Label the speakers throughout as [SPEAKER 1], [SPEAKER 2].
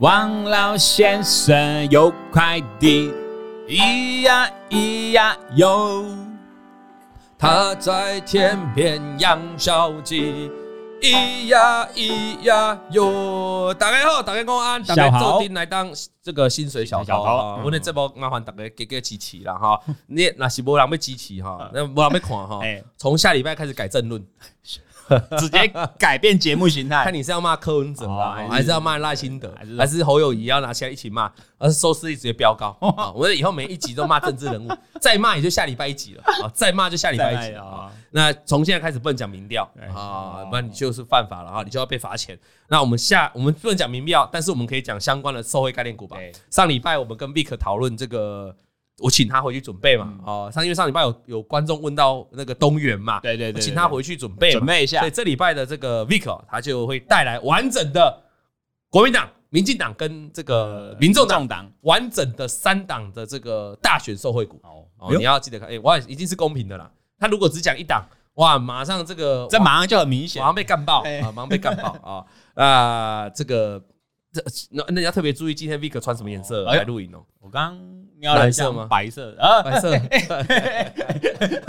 [SPEAKER 1] 王老先生有快递，咿呀咿呀哟。他在天边养小鸡，咿呀咿呀哟。大家好，大家午安，大
[SPEAKER 2] 小
[SPEAKER 1] 家
[SPEAKER 2] 豪
[SPEAKER 1] 做定来当这个薪水小
[SPEAKER 2] 小
[SPEAKER 1] 偷
[SPEAKER 2] 偷
[SPEAKER 1] 啊！
[SPEAKER 2] 嗯
[SPEAKER 1] 我们这波麻烦大家给给支持啦哈，你那是无人要支持哈，那无人要看哈
[SPEAKER 2] 哎。
[SPEAKER 1] 从下礼拜开始改正论，
[SPEAKER 2] 直接改变节目形态
[SPEAKER 1] 看。你是要骂柯文哲啦，
[SPEAKER 2] 哦
[SPEAKER 1] 还是要骂赖清德
[SPEAKER 2] 还是，
[SPEAKER 1] 还是侯友谊要拿起来一起骂，而收视率直接飙 高。
[SPEAKER 2] 哦
[SPEAKER 1] 啊我们以后每一集都骂政治人物，再骂也就下礼拜一集了，啊，再骂就下礼拜一集
[SPEAKER 2] 再骂
[SPEAKER 1] 了哦
[SPEAKER 2] 啊。
[SPEAKER 1] 那从现在开始不能讲民调
[SPEAKER 2] 对
[SPEAKER 1] 啊
[SPEAKER 2] 哦，
[SPEAKER 1] 不然你就是犯法了啊，你就要被罚钱。那我们下我们不能讲民调，但是我们可以讲相关的社会概念股吧
[SPEAKER 2] 对。
[SPEAKER 1] 上礼拜我们跟 Vic 讨论这个。我请他回去准备嘛，
[SPEAKER 2] 嗯
[SPEAKER 1] 哦，上因为上礼拜有有观众问到那个东元嘛，
[SPEAKER 2] 对对对，
[SPEAKER 1] 请他回去准备嘛
[SPEAKER 2] 准备一下
[SPEAKER 1] 所以。这礼拜的这个 Vic 哦他就会带来完整的国民党、民进党跟这
[SPEAKER 2] 呃
[SPEAKER 1] 个民众党
[SPEAKER 2] 党
[SPEAKER 1] 完整的三党的这个大选受惠股
[SPEAKER 2] 哦
[SPEAKER 1] 哦，你要记得看，哎，哇，一定是公平的啦。他如果只讲一党，哇，马上这个
[SPEAKER 2] 这
[SPEAKER 1] 哇
[SPEAKER 2] 马上就很明显
[SPEAKER 1] 马。上被干爆
[SPEAKER 2] 哎
[SPEAKER 1] 啊，马上被干爆啊 啊！这个这那那你要特别注意今天 Vic 穿什么颜色
[SPEAKER 2] 哎呦
[SPEAKER 1] 来录影哦，
[SPEAKER 2] 我刚瞄了一
[SPEAKER 1] 蓝
[SPEAKER 2] 下
[SPEAKER 1] 色吗
[SPEAKER 2] 白色啊，
[SPEAKER 1] 白色，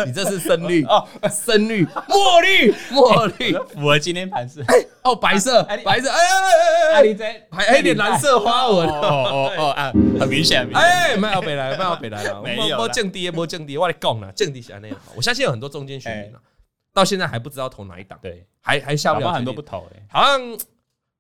[SPEAKER 1] 你这是深绿，
[SPEAKER 2] 哦，
[SPEAKER 1] 深绿，
[SPEAKER 2] 墨绿，
[SPEAKER 1] 墨绿
[SPEAKER 2] 符合今天盘势。
[SPEAKER 1] 哦，白色，
[SPEAKER 2] 哎你
[SPEAKER 1] 白色，哎哎哎哎
[SPEAKER 2] 阿
[SPEAKER 1] 哎
[SPEAKER 2] 里，在
[SPEAKER 1] 还还有点蓝色花
[SPEAKER 2] 哦
[SPEAKER 1] 纹。
[SPEAKER 2] 哦哦啊，很明显，很明显。
[SPEAKER 1] 哎，卖到北来，卖到北来 了，
[SPEAKER 2] 没有啦
[SPEAKER 1] 没降低，没降低，我来讲啦，降低是那样。我相信有很多中间选民啊，到现在还不知道投哪一档，
[SPEAKER 2] 哎对，
[SPEAKER 1] 还还下
[SPEAKER 2] 搞
[SPEAKER 1] 不
[SPEAKER 2] 不
[SPEAKER 1] 了
[SPEAKER 2] 好很多
[SPEAKER 1] 决
[SPEAKER 2] 不
[SPEAKER 1] 定
[SPEAKER 2] 投哎。
[SPEAKER 1] 好像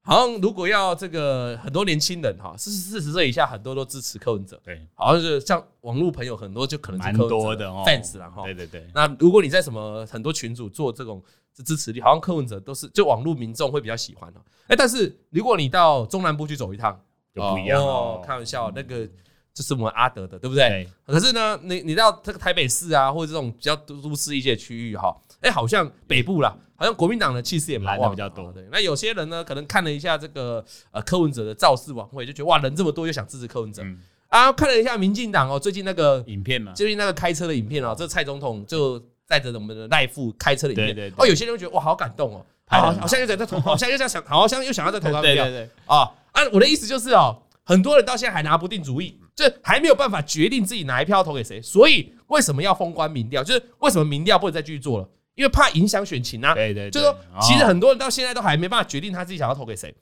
[SPEAKER 1] 好像如果要这个很多年轻人哈，四四十岁以下很多都支持柯文哲，
[SPEAKER 2] 对，
[SPEAKER 1] 好像是像网络朋友很多就可能是
[SPEAKER 2] 蛮
[SPEAKER 1] 柯文哲
[SPEAKER 2] 多的哦
[SPEAKER 1] fans 啦哈
[SPEAKER 2] 对。对对，
[SPEAKER 1] 那如果你在什么很多群组做这种支持力，好像柯文哲都是就网络民众会比较喜欢哦。哎，但是如果你到中南部去走一趟，
[SPEAKER 2] 就不一样哦。
[SPEAKER 1] 哦开玩笑，那个就是我们阿德的，对不对？
[SPEAKER 2] 对
[SPEAKER 1] 可是呢，你你到这个台北市啊，或者这种比较都都市一些区域哈，哎，好像北部啦，好像国民党的气势也蛮
[SPEAKER 2] 蓝的
[SPEAKER 1] 旺
[SPEAKER 2] 比较多
[SPEAKER 1] 对，那有些人呢，可能看了一下这个呃柯文哲的造势晚会，就觉得哇人这么多，就想支持柯文哲
[SPEAKER 2] 嗯
[SPEAKER 1] 啊。看了一下民进党哦，最近那个
[SPEAKER 2] 影片嘛，
[SPEAKER 1] 最近那个开车的影片哦，这蔡总统就带着我们的赖副开车的影片，
[SPEAKER 2] 对对对
[SPEAKER 1] 哦，有些人会觉得哇好感动哦，
[SPEAKER 2] 拍得
[SPEAKER 1] 好
[SPEAKER 2] 很好
[SPEAKER 1] 好像又在投，好像又在想，好像又想 要再投他
[SPEAKER 2] 对对
[SPEAKER 1] 们票。
[SPEAKER 2] 对，
[SPEAKER 1] 啊啊！我的意思就是哦，很多人到现在还拿不定主意，就是还没有办法决定自己哪一票投给谁。所以为什么要封关民调？就是为什么民调不能再继续做了？因为怕影响选情啊。
[SPEAKER 2] 对对，
[SPEAKER 1] 就
[SPEAKER 2] 对
[SPEAKER 1] 是说，其实
[SPEAKER 2] 哦
[SPEAKER 1] 很多人到现在都还没办法决定他自己想要投给谁。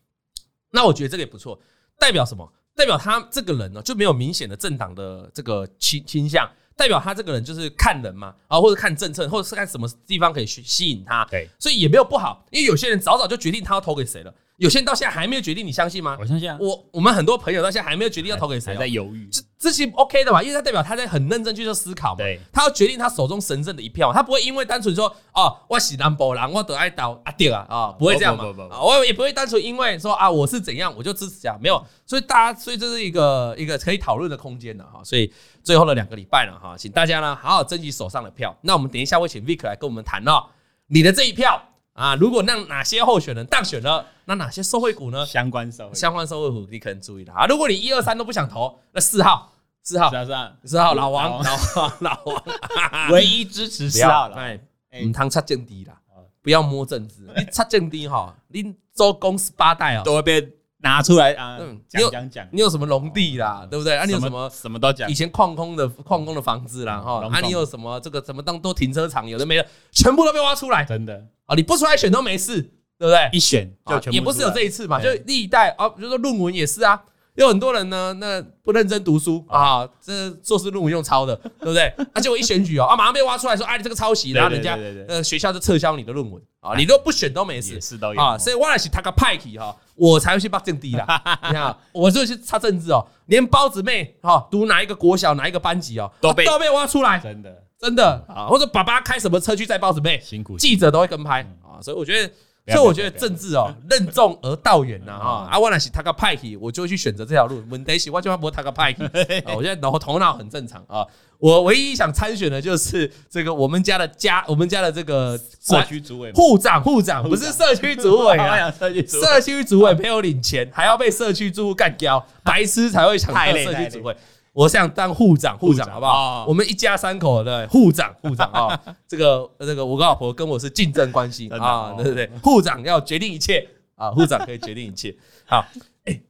[SPEAKER 1] 那我觉得这个也不错，代表什么？代表他这个人呢就没有明显的政党的这个倾倾向，代表他这个人就是看人嘛，啊，或者看政策，或者是看什么地方可以去吸引他。
[SPEAKER 2] 对，
[SPEAKER 1] 所以也没有不好，因为有些人早早就决定他要投给谁了，有些人到现在还没有决定，你相信吗
[SPEAKER 2] 我？相信啊，
[SPEAKER 1] 我我们很多朋友到现在还没有决定要投给谁
[SPEAKER 2] 还
[SPEAKER 1] 哦，
[SPEAKER 2] 在犹豫。
[SPEAKER 1] 这这些 OK 的吧？因为他代表他在很认真去做思考嘛，
[SPEAKER 2] 对
[SPEAKER 1] 他要决定他手中神圣的一票，他不会因为单纯说哦，我喜南博人，我得爱倒阿弟啊啊，不会这样嘛
[SPEAKER 2] 不不不，不
[SPEAKER 1] 啊我也不会单纯因为说啊我是怎样我就支持啊，没有，所以大家所以这是一个一个可以讨论的空间啊的哈，所以最后的两个礼拜了哈，请大家呢好好珍惜手上的票。那我们等一下会请 Vic 来跟我们谈哦，你的这一票啊，如果让哪些候选人当选了，那哪些受惠股呢？
[SPEAKER 2] 相关社会，
[SPEAKER 1] 相关社会股你可能注意了啊。如果你一二三都不想投，那四号四号
[SPEAKER 2] 是啊是啊，
[SPEAKER 1] 四号老
[SPEAKER 2] 老
[SPEAKER 1] 王老王老王啊
[SPEAKER 2] 唯一支持四号了，
[SPEAKER 1] 哎，
[SPEAKER 2] 哎
[SPEAKER 1] 唔通插政治啦
[SPEAKER 2] 哦，
[SPEAKER 1] 不要摸政治，你插政治哈，你周公十八代哦，
[SPEAKER 2] 都会被拿出来啊
[SPEAKER 1] 嗯，
[SPEAKER 2] 讲讲讲，
[SPEAKER 1] 你有什么农地啦，对不对？啊，你有什么？
[SPEAKER 2] 什么都讲
[SPEAKER 1] 以，前矿工的矿工的房子啦，哈，
[SPEAKER 2] 龙
[SPEAKER 1] 啊，
[SPEAKER 2] 洞
[SPEAKER 1] 你有什么这个什么当都停车场，有的没的，全部都被挖出来
[SPEAKER 2] 真的，
[SPEAKER 1] 啊！你不出来选都没事，对不对？
[SPEAKER 2] 一选就
[SPEAKER 1] 啊
[SPEAKER 2] 全部哎
[SPEAKER 1] 也不是有这
[SPEAKER 2] 一
[SPEAKER 1] 一次嘛，就
[SPEAKER 2] 对
[SPEAKER 1] 历代啊，比如说论文也是啊，有很多人呢，那不认真读书啊，这硕士论文用抄的，对 不对？啊，结果一选举哦，啊，马上被挖出来说，哎，你这个抄袭，
[SPEAKER 2] 对对
[SPEAKER 1] 然后人家
[SPEAKER 2] 对对对哎
[SPEAKER 1] 呃学校就撤销你的论文啊，你都不选都没事
[SPEAKER 2] 也是都有
[SPEAKER 1] 啊，所以我也是他个派系哈，我才会去帮政敌 啦。你看啊，我就去插政治哦，连包子妹哈读哪一个国小哪一个班级哦，
[SPEAKER 2] 都被
[SPEAKER 1] 啊都被挖出来，
[SPEAKER 2] 真的
[SPEAKER 1] 真的啊，
[SPEAKER 2] 好
[SPEAKER 1] 或者爸爸开什么车去载包子妹，
[SPEAKER 2] 辛苦，
[SPEAKER 1] 记者都会跟拍啊，所以我觉得，
[SPEAKER 2] 嗯不要
[SPEAKER 1] 所以我觉得
[SPEAKER 2] 不要嗯
[SPEAKER 1] 政治哦，任重而道远呐啊！啊，我那是他个派系，我就会去选择这条路。问题是我就要不他个派系 啊，我觉得脑头脑很正常啊。我唯一想参选的就是这个我们家的家，我们家的这个
[SPEAKER 2] 社区主委嘛，哎
[SPEAKER 1] 护长，护长不是社区主 委啊。
[SPEAKER 2] 呀，社区主委
[SPEAKER 1] 社区主委没有领钱，还要被社区住户干掉，白痴才会想当
[SPEAKER 2] 太累
[SPEAKER 1] 社
[SPEAKER 2] 太
[SPEAKER 1] 区
[SPEAKER 2] 累
[SPEAKER 1] 主委。我想当护长，护长
[SPEAKER 2] 长
[SPEAKER 1] 好不好？
[SPEAKER 2] 哦
[SPEAKER 1] 我们一家三口的护长，护长啊， 这个这个，我跟老婆跟我是竞争关系
[SPEAKER 2] 真的
[SPEAKER 1] 啊
[SPEAKER 2] 哦，
[SPEAKER 1] 对对对，护长要决定一切啊，护长可以决定一切。好，哎，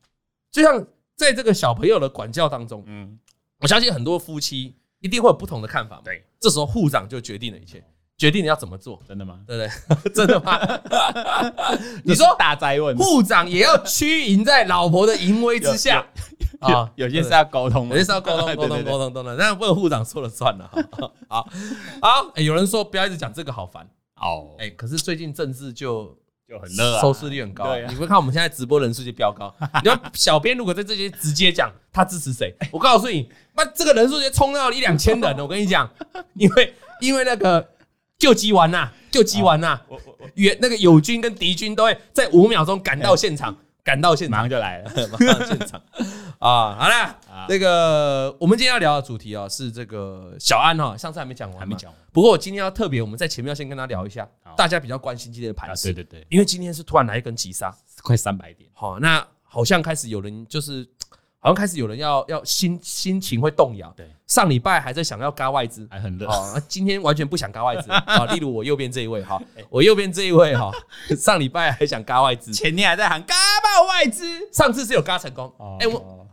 [SPEAKER 1] 就像在这个小朋友的管教当中，
[SPEAKER 2] 嗯，
[SPEAKER 1] 我相信很多夫妻一定会有不同的看法嘛。
[SPEAKER 2] 对，
[SPEAKER 1] 这时候护长就决定了一切，决定你要怎么做，
[SPEAKER 2] 真的吗？
[SPEAKER 1] 对不对？ 真的吗？你说
[SPEAKER 2] 这是大灾问
[SPEAKER 1] 护长也要屈迎在老婆的淫威之下啊
[SPEAKER 2] 有，有些是要沟通嘛，
[SPEAKER 1] 有些是要沟 通、沟通、沟
[SPEAKER 2] 通，
[SPEAKER 1] 通、沟通，那问护长说了算了。好，好，哎有人说不要一直讲这个，好烦。
[SPEAKER 2] 哦，
[SPEAKER 1] 哎，可是最近政治就
[SPEAKER 2] 就很热啊，
[SPEAKER 1] 收视率很高啊
[SPEAKER 2] 对。啊
[SPEAKER 1] 你会看我们现在直播人数就飙高。你要小编如果在这些直接讲他支持谁，我告诉你，那这个人数就冲到一两千人了。我跟你讲，因为因为那个救急完呐，救急完呐，
[SPEAKER 2] 我我我
[SPEAKER 1] 远那个友军跟敌军都会在五秒钟赶到现
[SPEAKER 2] 哎
[SPEAKER 1] 场，赶到现
[SPEAKER 2] 马
[SPEAKER 1] 场，
[SPEAKER 2] 上就来 了，
[SPEAKER 1] 马上现场啊！好了
[SPEAKER 2] 啊，
[SPEAKER 1] 那个我们今天要聊的主题哦，是这个小安哈，上次还没讲完，
[SPEAKER 2] 还没。讲 完
[SPEAKER 1] 不过我今天要特别，我们在前面要先跟他聊一下
[SPEAKER 2] 好，
[SPEAKER 1] 大家比较关心今天的盘
[SPEAKER 2] 啊，
[SPEAKER 1] 势
[SPEAKER 2] 对，对对，
[SPEAKER 1] 因为今天是突然来一根急杀，
[SPEAKER 2] 快三百点，
[SPEAKER 1] 好、那好像开始有人就是，好像开始有人要要心心情会动摇。
[SPEAKER 2] 对，
[SPEAKER 1] 上礼拜还在想要嘎外资，
[SPEAKER 2] 还很热，
[SPEAKER 1] 好、那今天完全不想嘎外资啊。例如我右边这一位哈，我右边这一位哈，上礼拜还想嘎外资，
[SPEAKER 2] 前天还在喊嘎爆外资，
[SPEAKER 1] 上次是有嘎成功。
[SPEAKER 2] 哦
[SPEAKER 1] 哎、我
[SPEAKER 2] 我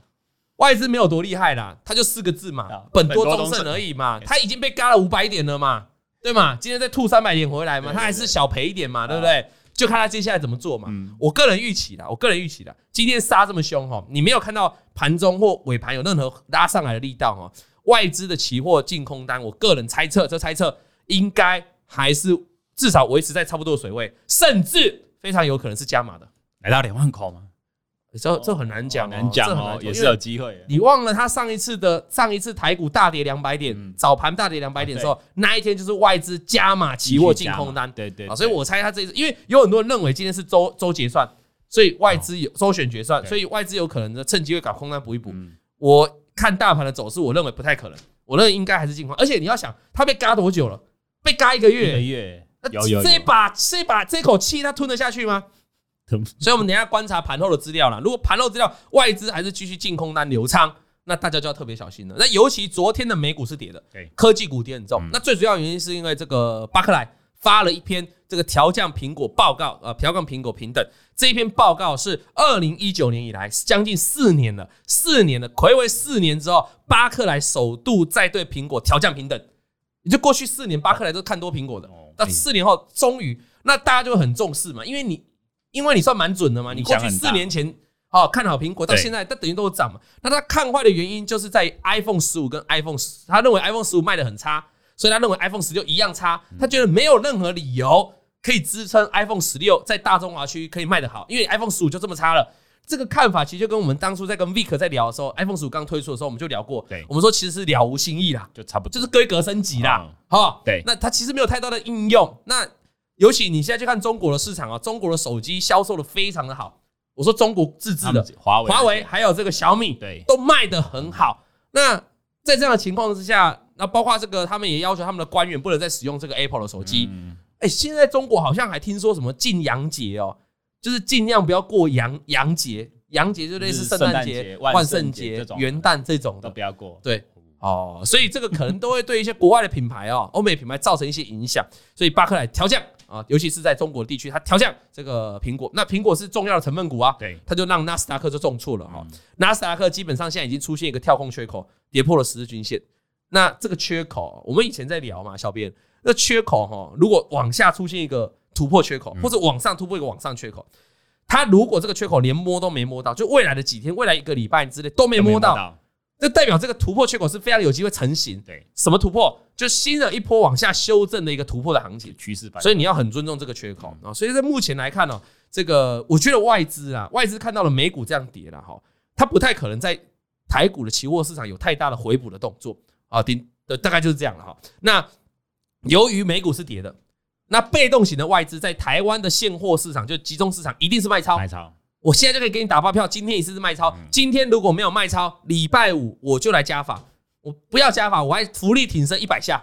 [SPEAKER 1] 外资没有多厉害啦，他就四个字嘛
[SPEAKER 2] 啊，
[SPEAKER 1] 本多
[SPEAKER 2] 本多
[SPEAKER 1] 中
[SPEAKER 2] 中
[SPEAKER 1] 胜
[SPEAKER 2] 胜
[SPEAKER 1] 而已嘛，他已经被嘎了五百点了嘛，对嘛？今天再吐三百点回来嘛，
[SPEAKER 2] 对对
[SPEAKER 1] 他还是小赔一点嘛，
[SPEAKER 2] 啊
[SPEAKER 1] 对不对？就看他接下来怎么做嘛
[SPEAKER 2] 嗯。
[SPEAKER 1] 我个人预期啦，我个人预期啦，今天杀这么凶哈，你没有看到盘中或尾盘有任何拉上来的力道哈。外资的期货净空单，我个人猜测，这猜测应该还是至少维持在差不多的水位，甚至非常有可能是加码的。
[SPEAKER 2] 来到两万口吗？
[SPEAKER 1] 这这很难讲
[SPEAKER 2] 哦
[SPEAKER 1] 哦，
[SPEAKER 2] 难讲
[SPEAKER 1] 这很难
[SPEAKER 2] 哦，也
[SPEAKER 1] 因
[SPEAKER 2] 是
[SPEAKER 1] 为
[SPEAKER 2] 有机会的，
[SPEAKER 1] 你忘了他上一次的上一次台股大跌两百点，
[SPEAKER 2] 嗯啊
[SPEAKER 1] 早盘大跌两百点的时候，那一天就是外资加码期货净空单
[SPEAKER 2] 对对，
[SPEAKER 1] 啊，
[SPEAKER 2] 对
[SPEAKER 1] 所以我猜他这一次，因为有很多人认为今天是周周结算，所以外资有周选决算，
[SPEAKER 2] 哦对
[SPEAKER 1] 所以外资有可能趁机会搞空单补一补。
[SPEAKER 2] 嗯
[SPEAKER 1] 我看大盘的走势，我认为不太可能，我认为应该还是净空，而且你要想，他被嘎多久了？被嘎一个
[SPEAKER 2] 一个
[SPEAKER 1] 月，
[SPEAKER 2] 月
[SPEAKER 1] 那
[SPEAKER 2] 有有
[SPEAKER 1] 这
[SPEAKER 2] 有，
[SPEAKER 1] 把这把这口气他吞得下去吗？所以我们等一下观察盘后的资料啦。如果盘后资料外资还是继续净空单流仓，那大家就要特别小心了。那尤其昨天的美股是跌的
[SPEAKER 2] 对，
[SPEAKER 1] 科技股跌很重。
[SPEAKER 2] 嗯
[SPEAKER 1] 那最主要原因是因为这个巴克莱发了一篇这个调降苹果报告，呃，调降苹果平等这一篇报告是二零一九年以来将近四年了，四年了，暌违四年之后，巴克莱首度再对苹果调降平等。你就过去四年，巴克莱都看多苹果的
[SPEAKER 2] 哦，
[SPEAKER 1] 那
[SPEAKER 2] 哎
[SPEAKER 1] 四年后终于，那大家就会很重视嘛，因为你因为你算蛮准的嘛，你
[SPEAKER 2] 影
[SPEAKER 1] 过
[SPEAKER 2] 响
[SPEAKER 1] 去
[SPEAKER 2] 很大
[SPEAKER 1] 四年前哦看好苹果，到
[SPEAKER 2] 对
[SPEAKER 1] 现在它等于都有涨嘛。那它看坏的原因就是在于 iPhone 十五跟 iPhone 十，他认为 iPhone 十五卖的很差，所以他认为 iPhone 十六一样差，他觉得没有任何理由可以支撑 iPhone 十六在大中华区可以卖得好，因为 iPhone 十五就这么差了。这个看法其实就跟我们当初在跟 Vic 在聊的时候，iPhone 十五刚推出的时候，我们就聊过
[SPEAKER 2] 对，
[SPEAKER 1] 我们说其实是了无新意啦。
[SPEAKER 2] 就差不多，
[SPEAKER 1] 就是规格升级啦
[SPEAKER 2] 嗯，
[SPEAKER 1] 哈、
[SPEAKER 2] 对
[SPEAKER 1] 那它其实没有太大的应用。那尤其你现在去看中国的市场啊，中国的手机销售的非常的好。我说中国自制
[SPEAKER 2] 他
[SPEAKER 1] 的
[SPEAKER 2] 们，华为嗯
[SPEAKER 1] 华为还有这个小米，
[SPEAKER 2] 对
[SPEAKER 1] 都卖得很好。那在这样的情况之下，那包括这个，他们也要求他们的官员不能再使用这个 Apple 的手机。
[SPEAKER 2] 嗯
[SPEAKER 1] 哎、现在中国好像还听说什么禁洋节哦，就是尽量不要过洋洋节，洋节就类似
[SPEAKER 2] 就是
[SPEAKER 1] 圣
[SPEAKER 2] 圣
[SPEAKER 1] 诞
[SPEAKER 2] 诞
[SPEAKER 1] 节
[SPEAKER 2] 节、
[SPEAKER 1] 万
[SPEAKER 2] 万
[SPEAKER 1] 圣
[SPEAKER 2] 圣节
[SPEAKER 1] 节
[SPEAKER 2] 这、种
[SPEAKER 1] 元旦这种
[SPEAKER 2] 都
[SPEAKER 1] 的
[SPEAKER 2] 不。要过，
[SPEAKER 1] 对，哦，所以这个可能都会对一些国外的品牌哦，欧美品牌造成一些影响。所以巴克莱调降啊，尤其是在中国地区，它调降这个苹果。那苹果是重要的成分股啊，
[SPEAKER 2] 对
[SPEAKER 1] 它就让纳斯达克就重挫了哈、哦纳斯达克基本上现在已经出现一个跳空缺口，跌破了十日均线。那这个缺口，我们以前在聊嘛，小编，那缺口哈、如果往下出现一个突破缺口，或者往上突破一个往上缺口，它如果这个缺口连摸都没摸到，就未来的几天、未来一个礼拜之内都没
[SPEAKER 2] 都
[SPEAKER 1] 摸到，，这代表这个突破缺口是非常有机会成型。
[SPEAKER 2] 对，
[SPEAKER 1] 什么突破？就新的一波往下修正的一个突破的行情。
[SPEAKER 2] 趋势反
[SPEAKER 1] 所以你要很尊重这个缺口啊、所以在目前来看呢、这个我觉得外资啊，外资看到了美股这样跌了哈，它不太可能在台股的期货市场有太大的回补的动作啊，顶呃大概就是这样了哈。那由于美股是跌的，那被动型的外资在台湾的现货市场，就集中市场一定是卖超，
[SPEAKER 2] 买超，
[SPEAKER 1] 我现在就可以给你打包票，今天一次是卖超，
[SPEAKER 2] 嗯
[SPEAKER 1] 今天如果没有卖超，礼拜五我就来加法，我不要加法，我还福利挺身一百下，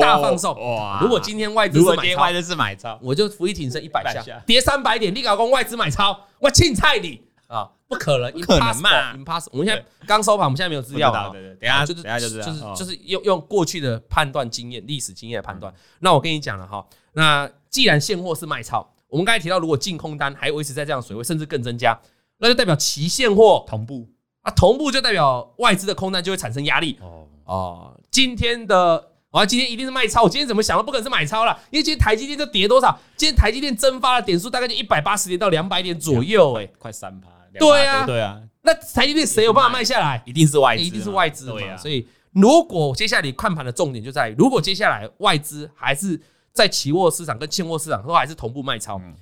[SPEAKER 1] 大放送
[SPEAKER 2] 哇
[SPEAKER 1] 如果今天外资
[SPEAKER 2] 啊如果
[SPEAKER 1] 是
[SPEAKER 2] 今
[SPEAKER 1] 买
[SPEAKER 2] 天
[SPEAKER 1] 超
[SPEAKER 2] 外，资是买超，
[SPEAKER 1] 我就福利挺身一百
[SPEAKER 2] 100
[SPEAKER 1] 下
[SPEAKER 2] 下，
[SPEAKER 1] 跌三百点，你搞公外资买超，我庆菜你啊，不可能，不
[SPEAKER 2] 可能嘛
[SPEAKER 1] i m p o s s i b l e 我们现在刚收盘，我们现在没有资料啊
[SPEAKER 2] 不知道对对，等一下
[SPEAKER 1] 就是
[SPEAKER 2] 等一下就知道，
[SPEAKER 1] 就是
[SPEAKER 2] 哦
[SPEAKER 1] 就是用用过去的判断经验、历史经验来判断。
[SPEAKER 2] 嗯
[SPEAKER 1] 那我跟你讲了哈，那既然现货是卖超，我们刚才提到，如果净空单还维持在这样的水位，甚至更增加，那就代表期现货
[SPEAKER 2] 同步
[SPEAKER 1] 啊，同步就代表外资的空单就会产生压力
[SPEAKER 2] 哦，
[SPEAKER 1] 哦。今天的啊，今天一定是卖超，我今天怎么想都不可能是买超了，因为今天台积电就跌多少？今天台积电蒸发的点数大概就一百八十点到两百点左右、哎，
[SPEAKER 2] 快三趴，2%
[SPEAKER 1] 对啊
[SPEAKER 2] 多对啊，
[SPEAKER 1] 那台积电谁有办法卖下来？
[SPEAKER 2] 一定是外资嘛，啊
[SPEAKER 1] 一定是外资
[SPEAKER 2] 对
[SPEAKER 1] 嘛。
[SPEAKER 2] 啊，
[SPEAKER 1] 所以如果接下来你看盘的重点就在于，如果接下来外资还是在期货市场跟现货市场都还是同步卖超
[SPEAKER 2] 嗯。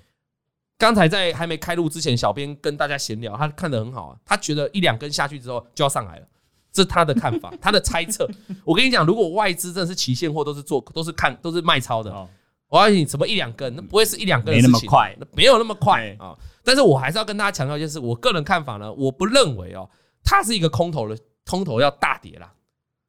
[SPEAKER 1] 刚才在还没开录之前，小编跟大家闲聊，他看得很好啊，他觉得一两根下去之后就要上来了。这是他的看 法，他的猜测。我跟你讲，如果外资真的是期现货，都是做，都是看，都是卖超的，
[SPEAKER 2] 哦
[SPEAKER 1] 我告诉你，什么一两根，那不会是一两根的
[SPEAKER 2] 没
[SPEAKER 1] 事
[SPEAKER 2] 那
[SPEAKER 1] 情，
[SPEAKER 2] 么快，
[SPEAKER 1] 没有那么快
[SPEAKER 2] 对
[SPEAKER 1] 啊、但是我还是要跟大家强调一件事，我个人看法呢，我不认为哦，它是一个空头的空头要大跌啦，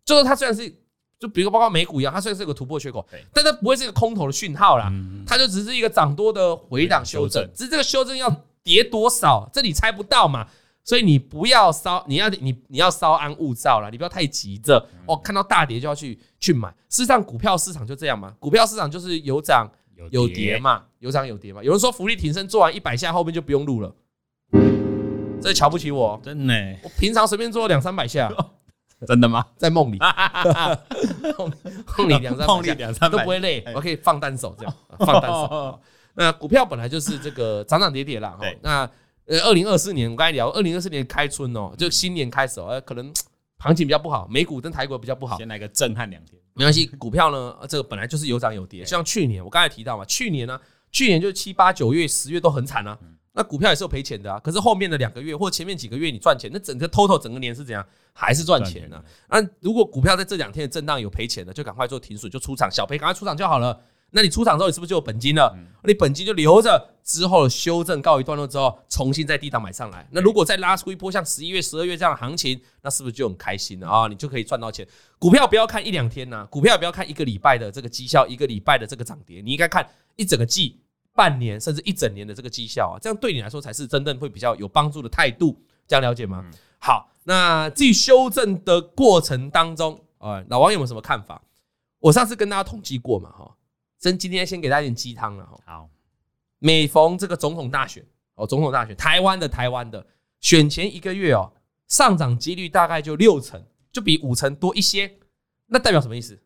[SPEAKER 1] 就是它虽然是就比如包括美股一样，它虽然是有个突破缺口
[SPEAKER 2] 对，
[SPEAKER 1] 但它不会是一个空头的讯号啦，
[SPEAKER 2] 嗯，
[SPEAKER 1] 它就只是一个涨多的回档修正
[SPEAKER 2] 回档修，正
[SPEAKER 1] 只是这个修正要跌多少，这你猜不到嘛。所以你不要稍，你要你你要稍安勿躁啦，你不要太急着
[SPEAKER 2] 嗯
[SPEAKER 1] 哦，看到大跌就要去去买。事实上，股票市场就这样嘛，股票市场就是有涨有跌嘛，有涨有跌嘛。有人说福利挺身做完一百下，后面就不用录了，这瞧不起我。
[SPEAKER 2] 真的
[SPEAKER 1] 我平常随便做两三百 下，
[SPEAKER 2] 真的吗？
[SPEAKER 1] 在 梦里，梦里梦里两 三
[SPEAKER 2] 碰
[SPEAKER 1] 百
[SPEAKER 2] 力
[SPEAKER 1] 下
[SPEAKER 2] 两三
[SPEAKER 1] 都
[SPEAKER 2] 百
[SPEAKER 1] 不会累
[SPEAKER 2] 哎，
[SPEAKER 1] 我可以放单手这样，啊放单手。
[SPEAKER 2] 哦
[SPEAKER 1] 那股票本来就是这个涨涨跌跌啦。哈
[SPEAKER 2] 对。
[SPEAKER 1] 那呃，二零二四年我刚才聊，二零二四年开春哦，就新年开始哦，呃可能行情比较不好，美股跟台股比较不好。
[SPEAKER 2] 先来个震撼两天，
[SPEAKER 1] 没关系，股票呢，呃这个本来就是有涨有跌。像去年我刚才提到嘛，去年呢、去年就七八九月、十月都很惨啊。那股票也是有赔钱的啊，可是后面的两个月或前面几个月你赚钱，那整个 total 整个年是怎样？还是赚钱的、啊。那如果股票在这两天的震荡有赔钱的，就赶快做停损，就出场，小赔赶快出场就好了。那你出场之后，你是不是就有本金了？你本金就留着，之后修正告一段落之后，重新在低档买上来。那如果再拉出一波像十一月、十二月这样的行情，那是不是就很开心了啊？你就可以赚到钱。股票不要看一两天呐、股票不要看一个礼拜的这个绩效，一个礼拜的这个涨跌，你应该看一整个季、半年甚至一整年的这个绩效啊，这样对你来说才是真正会比较有帮助的态度。这样了解吗？好，那至于修正的过程当中，啊，老王有没有什么看法？我上次跟大家统计过嘛，哈，真今天先给大家一点鸡汤了哈。
[SPEAKER 2] 好，
[SPEAKER 1] 每逢这个总统大选哦，总统大选，台湾的台湾的选前一个月哦，上涨几率大概就六成，就比五成多一些。那代表什么意思？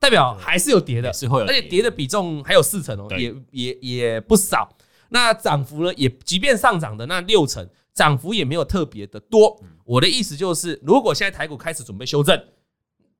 [SPEAKER 1] 代表还是有跌的
[SPEAKER 2] 也，是会有，
[SPEAKER 1] 而且跌的比重还有四成哦，
[SPEAKER 2] 对
[SPEAKER 1] 也也也不少。那涨幅呢，也即便上涨的那六成，涨幅也没有特别的多。
[SPEAKER 2] 嗯
[SPEAKER 1] 我的意思就是，如果现在台股开始准备修正，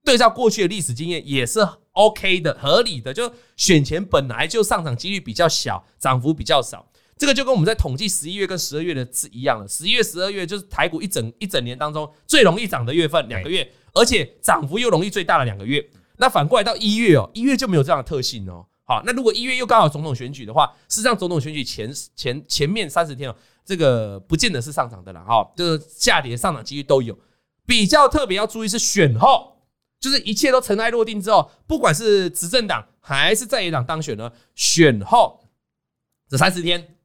[SPEAKER 1] 对照过去的历史经验也是 OK 的、合理的。就选前本来就上涨几率比较小，涨幅比较少，这个就跟我们在统计十一月跟十二月的是一样的。十一月、十二月就是台股一整一整年当中最容易涨的月份，两个月，而且涨幅又容易最大的两个月。那反过来到一月哦，一月就没有这样的特性哦。好，那如果一月又刚好总统选举的话，事实上总统选举前前前面三十天哦，这个不见得是上涨的啦，哈、就是下跌、上涨几率都有。比较特别要注意是选后，就是一切都尘埃落定之后，不管是执政党还是在野党当选呢，选后这三十天，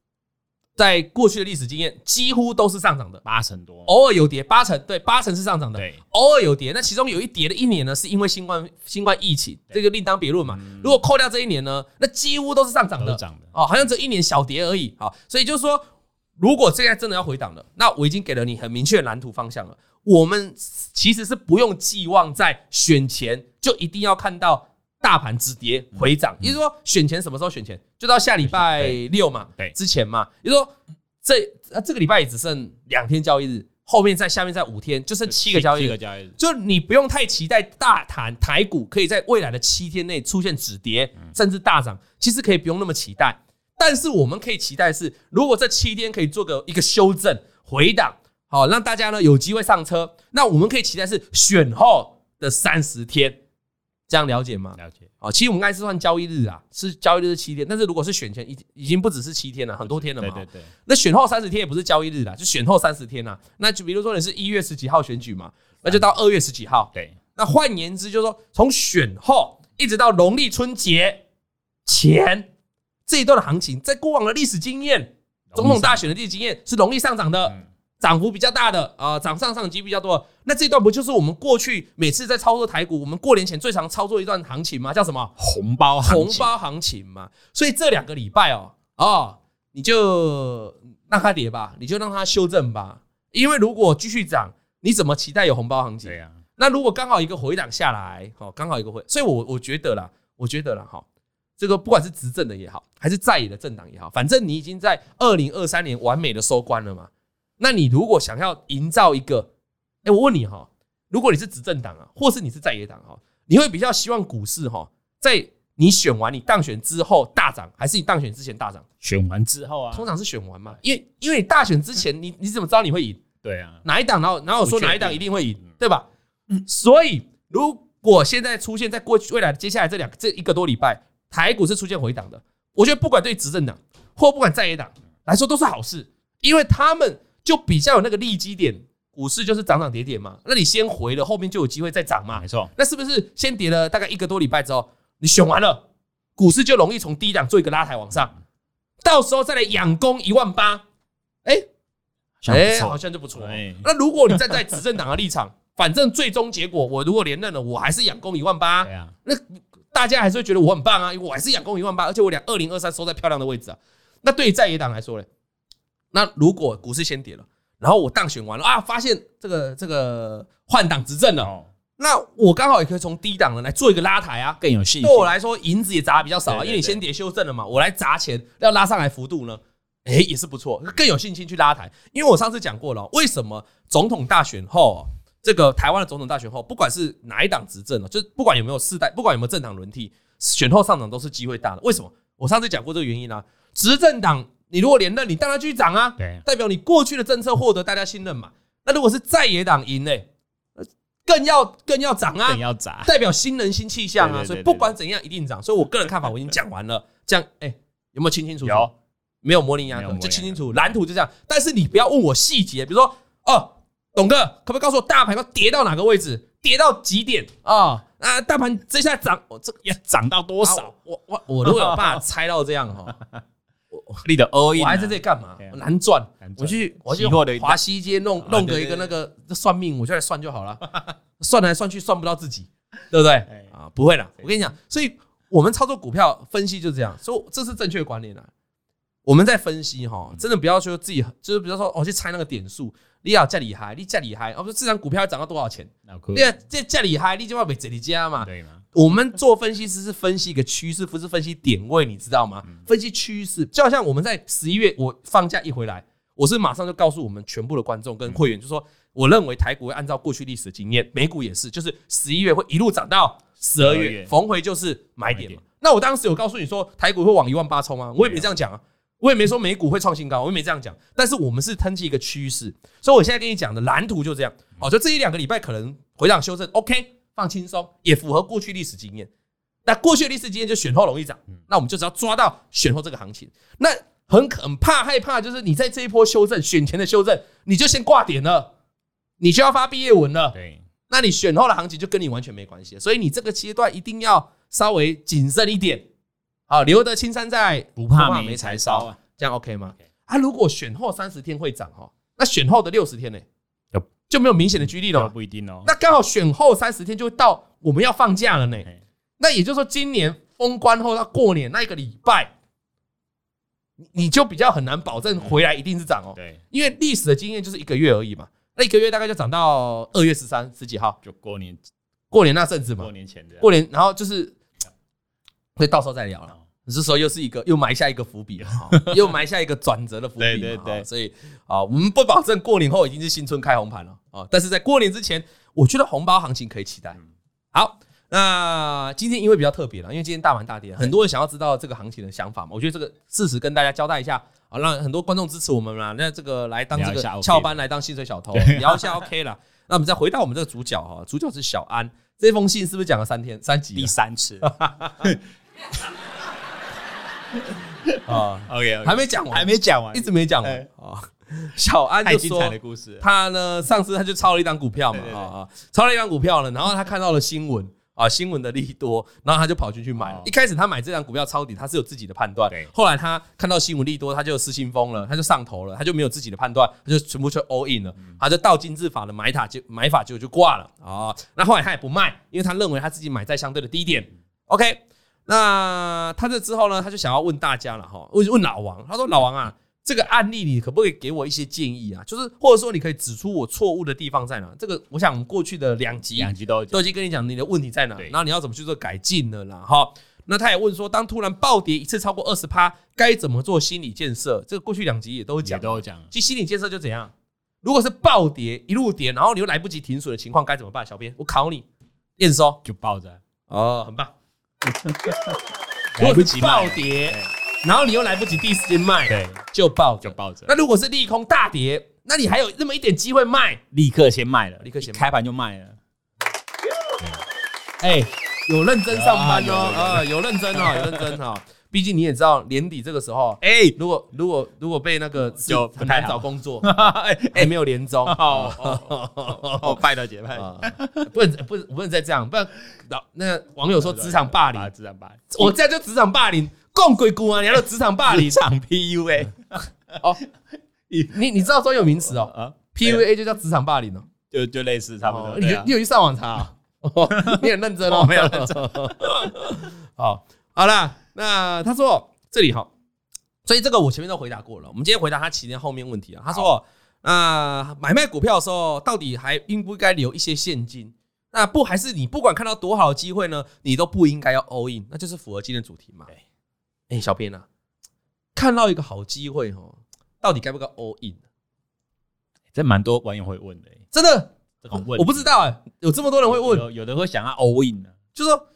[SPEAKER 1] 在过去的历史经验几乎都是上涨的，
[SPEAKER 2] 八成多，
[SPEAKER 1] 偶尔有跌八成，对，八成是上涨的，
[SPEAKER 2] 对，
[SPEAKER 1] 偶尔有跌，那其中有一跌的一年呢，是因为新冠新冠疫情，这个另当别论嘛。如果扣掉这一年呢，那几乎都是上涨
[SPEAKER 2] 都
[SPEAKER 1] 的
[SPEAKER 2] 是，涨的，
[SPEAKER 1] 哦，好像只有一年小跌而已。好，所以就是说，如果现在真的要回档了，那我已经给了你很明确的蓝图方向了。我们其实是不用寄望在选前就一定要看到大盘止跌回涨，也就是说，选前什么时候选前？就到下礼拜六嘛，
[SPEAKER 2] 嗯对
[SPEAKER 1] 之前嘛，也就是说这啊这个礼拜也只剩两天交易日，后面在下面在五天，就剩七个交易
[SPEAKER 2] 七
[SPEAKER 1] 日
[SPEAKER 2] 个。交易日，
[SPEAKER 1] 就你不用太期待大盘台股可以在未来的七天内出现止跌，甚至大涨，其实可以不用那么期待。但是我们可以期待的是，如果这七天可以做个一个修正回档，好让大家呢有机会上车，那我们可以期待是选后的三十天，这样了解吗？
[SPEAKER 2] 了解，
[SPEAKER 1] 啊，其实我们刚才是算交易日啊，是交易日是七天，但是如果是选前已已经不只是七天了，很多天了嘛。
[SPEAKER 2] 对对对，
[SPEAKER 1] 那选后三十天也不是交易日啦，就选后三十天啦。啊那就比如说你是一月十几号选举嘛，那就到二月十几号。
[SPEAKER 2] 对，
[SPEAKER 1] 那换言之，就是说从选后一直到农历春节前这一段的行情，在过往的历史经验，总统大选的历史经验是容易上涨的
[SPEAKER 2] 嗯，
[SPEAKER 1] 涨幅比较大的啊，涨上上级比较多的。那这一段不就是我们过去每次在操作台股，我们过年前最常操作一段行情吗？叫什么？
[SPEAKER 2] 红包行
[SPEAKER 1] 红
[SPEAKER 2] 情
[SPEAKER 1] 包行情嘛，所以这两个礼拜哦，哦，你就让它跌吧，你就让它修正吧。因为如果继续涨，你怎么期待有红包行情
[SPEAKER 2] 对？呀，
[SPEAKER 1] 那如果刚好一个回档下来，好、刚好一个回，所以我我觉得啦，我觉得啦，哈、这个不管是执政的也好，还是在野的政党也好，反正你已经在二零二三年完美的收官了嘛。那你如果想要营造一个，哎、我问你哈、如果你是执政党啊，或是你是在野党哈、你会比较希望股市哈、在你选完你当选之后大涨，还是你当选之前大涨？
[SPEAKER 2] 选完之后啊
[SPEAKER 1] 通，常是选完嘛，因为因为你大选之前，你你怎么知道你会赢？
[SPEAKER 2] 对啊，
[SPEAKER 1] 哪一档，然后然后说
[SPEAKER 2] 不确定
[SPEAKER 1] 哪一档一定会赢
[SPEAKER 2] 嗯，
[SPEAKER 1] 对吧？所以如果现在出现在过去未来接下来这两这一个多礼拜，台股是出现回档的，我觉得不管对执政党或不管在野党来说都是好事，因为他们就比较有那个利基点，股市就是涨涨跌跌嘛，那你先回了，后面就有机会再涨嘛
[SPEAKER 2] 没。错，
[SPEAKER 1] 那是不是先跌了大概一个多礼拜之后，你选完了，股市就容易从低档做一个拉抬往上，到时候再来养攻一万八，哎、
[SPEAKER 2] 像
[SPEAKER 1] 哎、
[SPEAKER 2] 不
[SPEAKER 1] 好
[SPEAKER 2] 错，
[SPEAKER 1] 像就不错哦、
[SPEAKER 2] 哎
[SPEAKER 1] 那如果你站在执政党的立场， 反正最终结果，我如果连任了，我还是养工一万八
[SPEAKER 2] 对，啊，
[SPEAKER 1] 大家还是会觉得我很棒啊，因为我还是养工一万八，而且我俩二零二三收在漂亮的位置啊。那对于在野党来说呢？那如果股市先跌了，然后我当选完了啊，发现这个这个换党执政了，
[SPEAKER 2] 哦，
[SPEAKER 1] 那我刚好也可以从低档的来做一个拉抬啊。
[SPEAKER 2] 更有信心
[SPEAKER 1] 对，我来说，银子也砸得比较少啊，
[SPEAKER 2] 对对
[SPEAKER 1] 因为你
[SPEAKER 2] 对
[SPEAKER 1] 先跌修正了嘛，我来砸钱，要拉上来幅度呢，哎、也是不错，更有信心去拉抬。因为我上次讲过了哦，为什么总统大选后哦、这个台湾的总统大选后，不管是哪一党执政了，哦就是不管有没有世代，不管有没有政党轮替，选后上涨都是机会大的。为什么？我上次讲过这个原因啊，执政党你如果连任，你当然继续涨啊，
[SPEAKER 2] 对
[SPEAKER 1] 代表你过去的政策获得大家信任嘛。那如果是在野党赢嘞，呃更要更要涨啊，
[SPEAKER 2] 更要砸，
[SPEAKER 1] 代表新人新气象啊，
[SPEAKER 2] 对对对
[SPEAKER 1] 所以不管怎样一定涨。所以我个人看法我已经讲完了，这样哎、有没有清清楚楚？
[SPEAKER 2] 有，
[SPEAKER 1] 没有模棱两
[SPEAKER 2] 没有
[SPEAKER 1] 可，
[SPEAKER 2] 模棱两
[SPEAKER 1] 就
[SPEAKER 2] 可
[SPEAKER 1] 清清楚蓝图就这样。但是你不要问我细节，比如说哦，董哥可不可以告诉我大盘要跌到哪个位置，跌到几点啊？啊，大盘这下涨，哦我、这个
[SPEAKER 2] 要涨到多
[SPEAKER 1] 多
[SPEAKER 2] 少？？
[SPEAKER 1] 我我我如果有办法猜到这样哈，
[SPEAKER 2] 你的 all in，
[SPEAKER 1] 我
[SPEAKER 2] 啊
[SPEAKER 1] 还在这里干嘛
[SPEAKER 2] 对啊？
[SPEAKER 1] 我难赚
[SPEAKER 2] 难，赚
[SPEAKER 1] 我去我去
[SPEAKER 2] 期货的一
[SPEAKER 1] 华西街弄
[SPEAKER 2] 啊
[SPEAKER 1] 弄
[SPEAKER 2] 对
[SPEAKER 1] 个一
[SPEAKER 2] 对
[SPEAKER 1] 个那
[SPEAKER 2] 对
[SPEAKER 1] 个算命，我就来算就好了， 算来算去算不到自己， 对不对
[SPEAKER 2] 哎？
[SPEAKER 1] 啊，不会啦，我跟你讲，所以我们操作股票分析就是这样，所以这是正确的观念啦。啊我们在分析
[SPEAKER 2] 嗯
[SPEAKER 1] 哈，真的不要说自己就是比如说哦去猜那个点数，你要价厉害，你价厉害，哦说这张股票要涨到多少钱？
[SPEAKER 2] 脑壳
[SPEAKER 1] 你要这价厉害，你就要被这里加嘛。
[SPEAKER 2] 对吗？
[SPEAKER 1] 我们做分析师是分析一个趋势，不是分析点位，你知道吗？分析趋势，就好像我们在十一月我放假一回来，我是马上就告诉我们全部的观众跟会员，就说我认为台股会按照过去历史的经验，美股也是，就是十一月会一路涨到十二
[SPEAKER 2] 12
[SPEAKER 1] 月，
[SPEAKER 2] 月
[SPEAKER 1] 逢回就是买点
[SPEAKER 2] 买点。
[SPEAKER 1] 嘛那我当时有告诉你说台股会往一万八冲吗？我也没这样讲啊。我也没说美股会创新高，我也没这样讲，但是我们是撑起一个趋势，所以我现在跟你讲的蓝图就这样。哦，就这一两个礼拜可能回档修正，OK，放轻松，也符合过去历史经验。那过去的历史经验就选后容易涨，那我们就只要抓到选后这个行情。那很可很怕害怕，就是你在这一波修正选前的修正，你就先挂点了，你就要发毕业文了。
[SPEAKER 2] 对，
[SPEAKER 1] 那你选后的行情就跟你完全没关系了，所以你这个阶段一定要稍微谨慎一点。好，留得青山在，
[SPEAKER 2] 不
[SPEAKER 1] 怕
[SPEAKER 2] 怕
[SPEAKER 1] 没
[SPEAKER 2] 没
[SPEAKER 1] 柴
[SPEAKER 2] 柴
[SPEAKER 1] 烧
[SPEAKER 2] 烧啊，
[SPEAKER 1] 这样 OK 吗
[SPEAKER 2] OK？
[SPEAKER 1] 啊，如果选后三十天会涨哈，那选后的六十天呢
[SPEAKER 2] 就，
[SPEAKER 1] 就没有明显的拘力了
[SPEAKER 2] 这
[SPEAKER 1] 嘛。
[SPEAKER 2] 不一定哦。
[SPEAKER 1] 那刚好选后三十天就到我们要放假了呢
[SPEAKER 2] 嘿。
[SPEAKER 1] 那也就是说，今年封关后到过年那一个礼拜，你你就比较很难保证回来一定是涨哦，
[SPEAKER 2] 对，
[SPEAKER 1] 因为历史的经验就是一个月而已嘛。那一个月大概就涨到二月十三十几号，
[SPEAKER 2] 就过年
[SPEAKER 1] 过年那阵子嘛
[SPEAKER 2] 过，年前的
[SPEAKER 1] 过年然后就是，所以到时候再聊了
[SPEAKER 2] 好。
[SPEAKER 1] 这时候又是一个又埋下一个伏笔了，哈 又埋下一个转折的伏笔嘛。
[SPEAKER 2] 哦对对对
[SPEAKER 1] 哈所以啊，我们不保证过年后已经是新春开红盘了啊，但是在过年之前，我觉得红包行情可以期
[SPEAKER 2] 嗯
[SPEAKER 1] 待。好，那今天因为比较特别了，因为今天大盘大跌，很多人想要知道这个行情的想法嘛，我觉得这个事实跟大家交代一下。啊，让很多观众支持我们啦。那这个来当这
[SPEAKER 2] 聊一下
[SPEAKER 1] 个
[SPEAKER 2] OK
[SPEAKER 1] 翘班来当薪水小偷，哦聊一下 OK 啦。那我们再回到我们这个主角哈，主角是小安。这封信是不是讲了三天三集
[SPEAKER 2] 第三 次
[SPEAKER 1] 啊？
[SPEAKER 2] ，OK，
[SPEAKER 1] 还没讲完，
[SPEAKER 2] 还没讲完，
[SPEAKER 1] 一直没讲完
[SPEAKER 2] 哎
[SPEAKER 1] 啊。小安
[SPEAKER 2] 太
[SPEAKER 1] 就
[SPEAKER 2] 精彩的
[SPEAKER 1] 说
[SPEAKER 2] 故事了，
[SPEAKER 1] 他呢，上次他就抄了一张股票嘛
[SPEAKER 2] 对对
[SPEAKER 1] 啊
[SPEAKER 2] 对
[SPEAKER 1] 啊，抄了一张股票呢，然后他看到了新闻啊，新闻的利多，然后他就跑进去买了
[SPEAKER 2] 哦。
[SPEAKER 1] 一开始他买这张股票抄底，他是有自己的判断
[SPEAKER 2] 对，
[SPEAKER 1] 后来他看到新闻利多，他就失心疯了，他就上头了，他就没有自己的判断，他就全部就 all in 了，
[SPEAKER 2] 嗯
[SPEAKER 1] 他就到金字法的买塔就买法就就挂了啊。那后来他也不卖，因为他认为他自己买在相对的低点。OK，那他这之后呢，他就想要问大家了哈，问问老王，他说老王啊，这个案例你可不可以给我一些建议啊？就是或者说你可以指出我错误的地方在哪？这个我想我们过去的两集
[SPEAKER 2] 两集都有讲
[SPEAKER 1] 都已经跟你讲你的问题在哪，
[SPEAKER 2] 对
[SPEAKER 1] 然后你要怎么去做改进了啦哈。那他也问说，当突然暴跌一次超过二十趴，该怎么做心理建设？这个过去两集也都
[SPEAKER 2] 也
[SPEAKER 1] 讲，
[SPEAKER 2] 都有讲，
[SPEAKER 1] 其实心理建设就怎样？如果是暴跌一路跌，然后你又来不及停损的情况该怎么办？小编，我考你，验收
[SPEAKER 2] 就抱着，
[SPEAKER 1] 哦，很棒。
[SPEAKER 2] 哎来不及
[SPEAKER 1] 暴
[SPEAKER 2] 卖，哎
[SPEAKER 1] 跌，然后你又来不及第一时间卖，
[SPEAKER 2] 对，
[SPEAKER 1] 就爆
[SPEAKER 2] 就
[SPEAKER 1] 着。
[SPEAKER 2] 抱着，
[SPEAKER 1] 那如果是利空大跌，那你还有那么一点机会卖。
[SPEAKER 2] 立刻先卖了，
[SPEAKER 1] 立刻先
[SPEAKER 2] 一
[SPEAKER 1] 卖
[SPEAKER 2] 开盘就卖了，
[SPEAKER 1] 哎，有认真上班
[SPEAKER 2] 有
[SPEAKER 1] 哦
[SPEAKER 2] 啊，有
[SPEAKER 1] 啊，有认 真哦，有认真哦。毕竟你也知道，年底这个时候，
[SPEAKER 2] 哎，
[SPEAKER 1] 如果如果如果被那个
[SPEAKER 2] 就不
[SPEAKER 1] 很
[SPEAKER 2] 太
[SPEAKER 1] 难
[SPEAKER 2] 好
[SPEAKER 1] 找工 作，
[SPEAKER 2] 哎
[SPEAKER 1] 还
[SPEAKER 2] 哎，
[SPEAKER 1] 没有年终。
[SPEAKER 2] 哦哦哦，拜了结拜，
[SPEAKER 1] 啊，不能不能不能再这样，不然老那个网友说职场霸 凌，
[SPEAKER 2] 职场霸凌，
[SPEAKER 1] 我这样就职场霸凌，共鬼姑啊，你还叫职场霸 凌
[SPEAKER 2] 职？场 PUA
[SPEAKER 1] 哦，你你知道专有 名词哦
[SPEAKER 2] 啊，
[SPEAKER 1] ，PUA 就叫职场霸凌哦。
[SPEAKER 2] 就就类似差不
[SPEAKER 1] 哦
[SPEAKER 2] 多，
[SPEAKER 1] 你
[SPEAKER 2] 对啊
[SPEAKER 1] 你有去上网查 啊？哦你很认真哦，
[SPEAKER 2] 我没有认
[SPEAKER 1] 真。 好，好啦，那他说这里哈，所以这个我前面都回答过了。我们今天回答他起点后面问题啊，他说那买卖股票的时候，到底还应不应该留一些现金？那不还是你不管看到多好的机会呢，你都不应该要 all in，那就是符合今天的主题嘛
[SPEAKER 2] 对。
[SPEAKER 1] 哎，小编啊，看到一个好机会哦，到底该不该 all in？
[SPEAKER 2] 这蛮多网友会问的，哎
[SPEAKER 1] 真的，
[SPEAKER 2] 这种问
[SPEAKER 1] 我不知道哎、有这么多人会问，
[SPEAKER 2] 有有的会想要 all in 呢，
[SPEAKER 1] 就说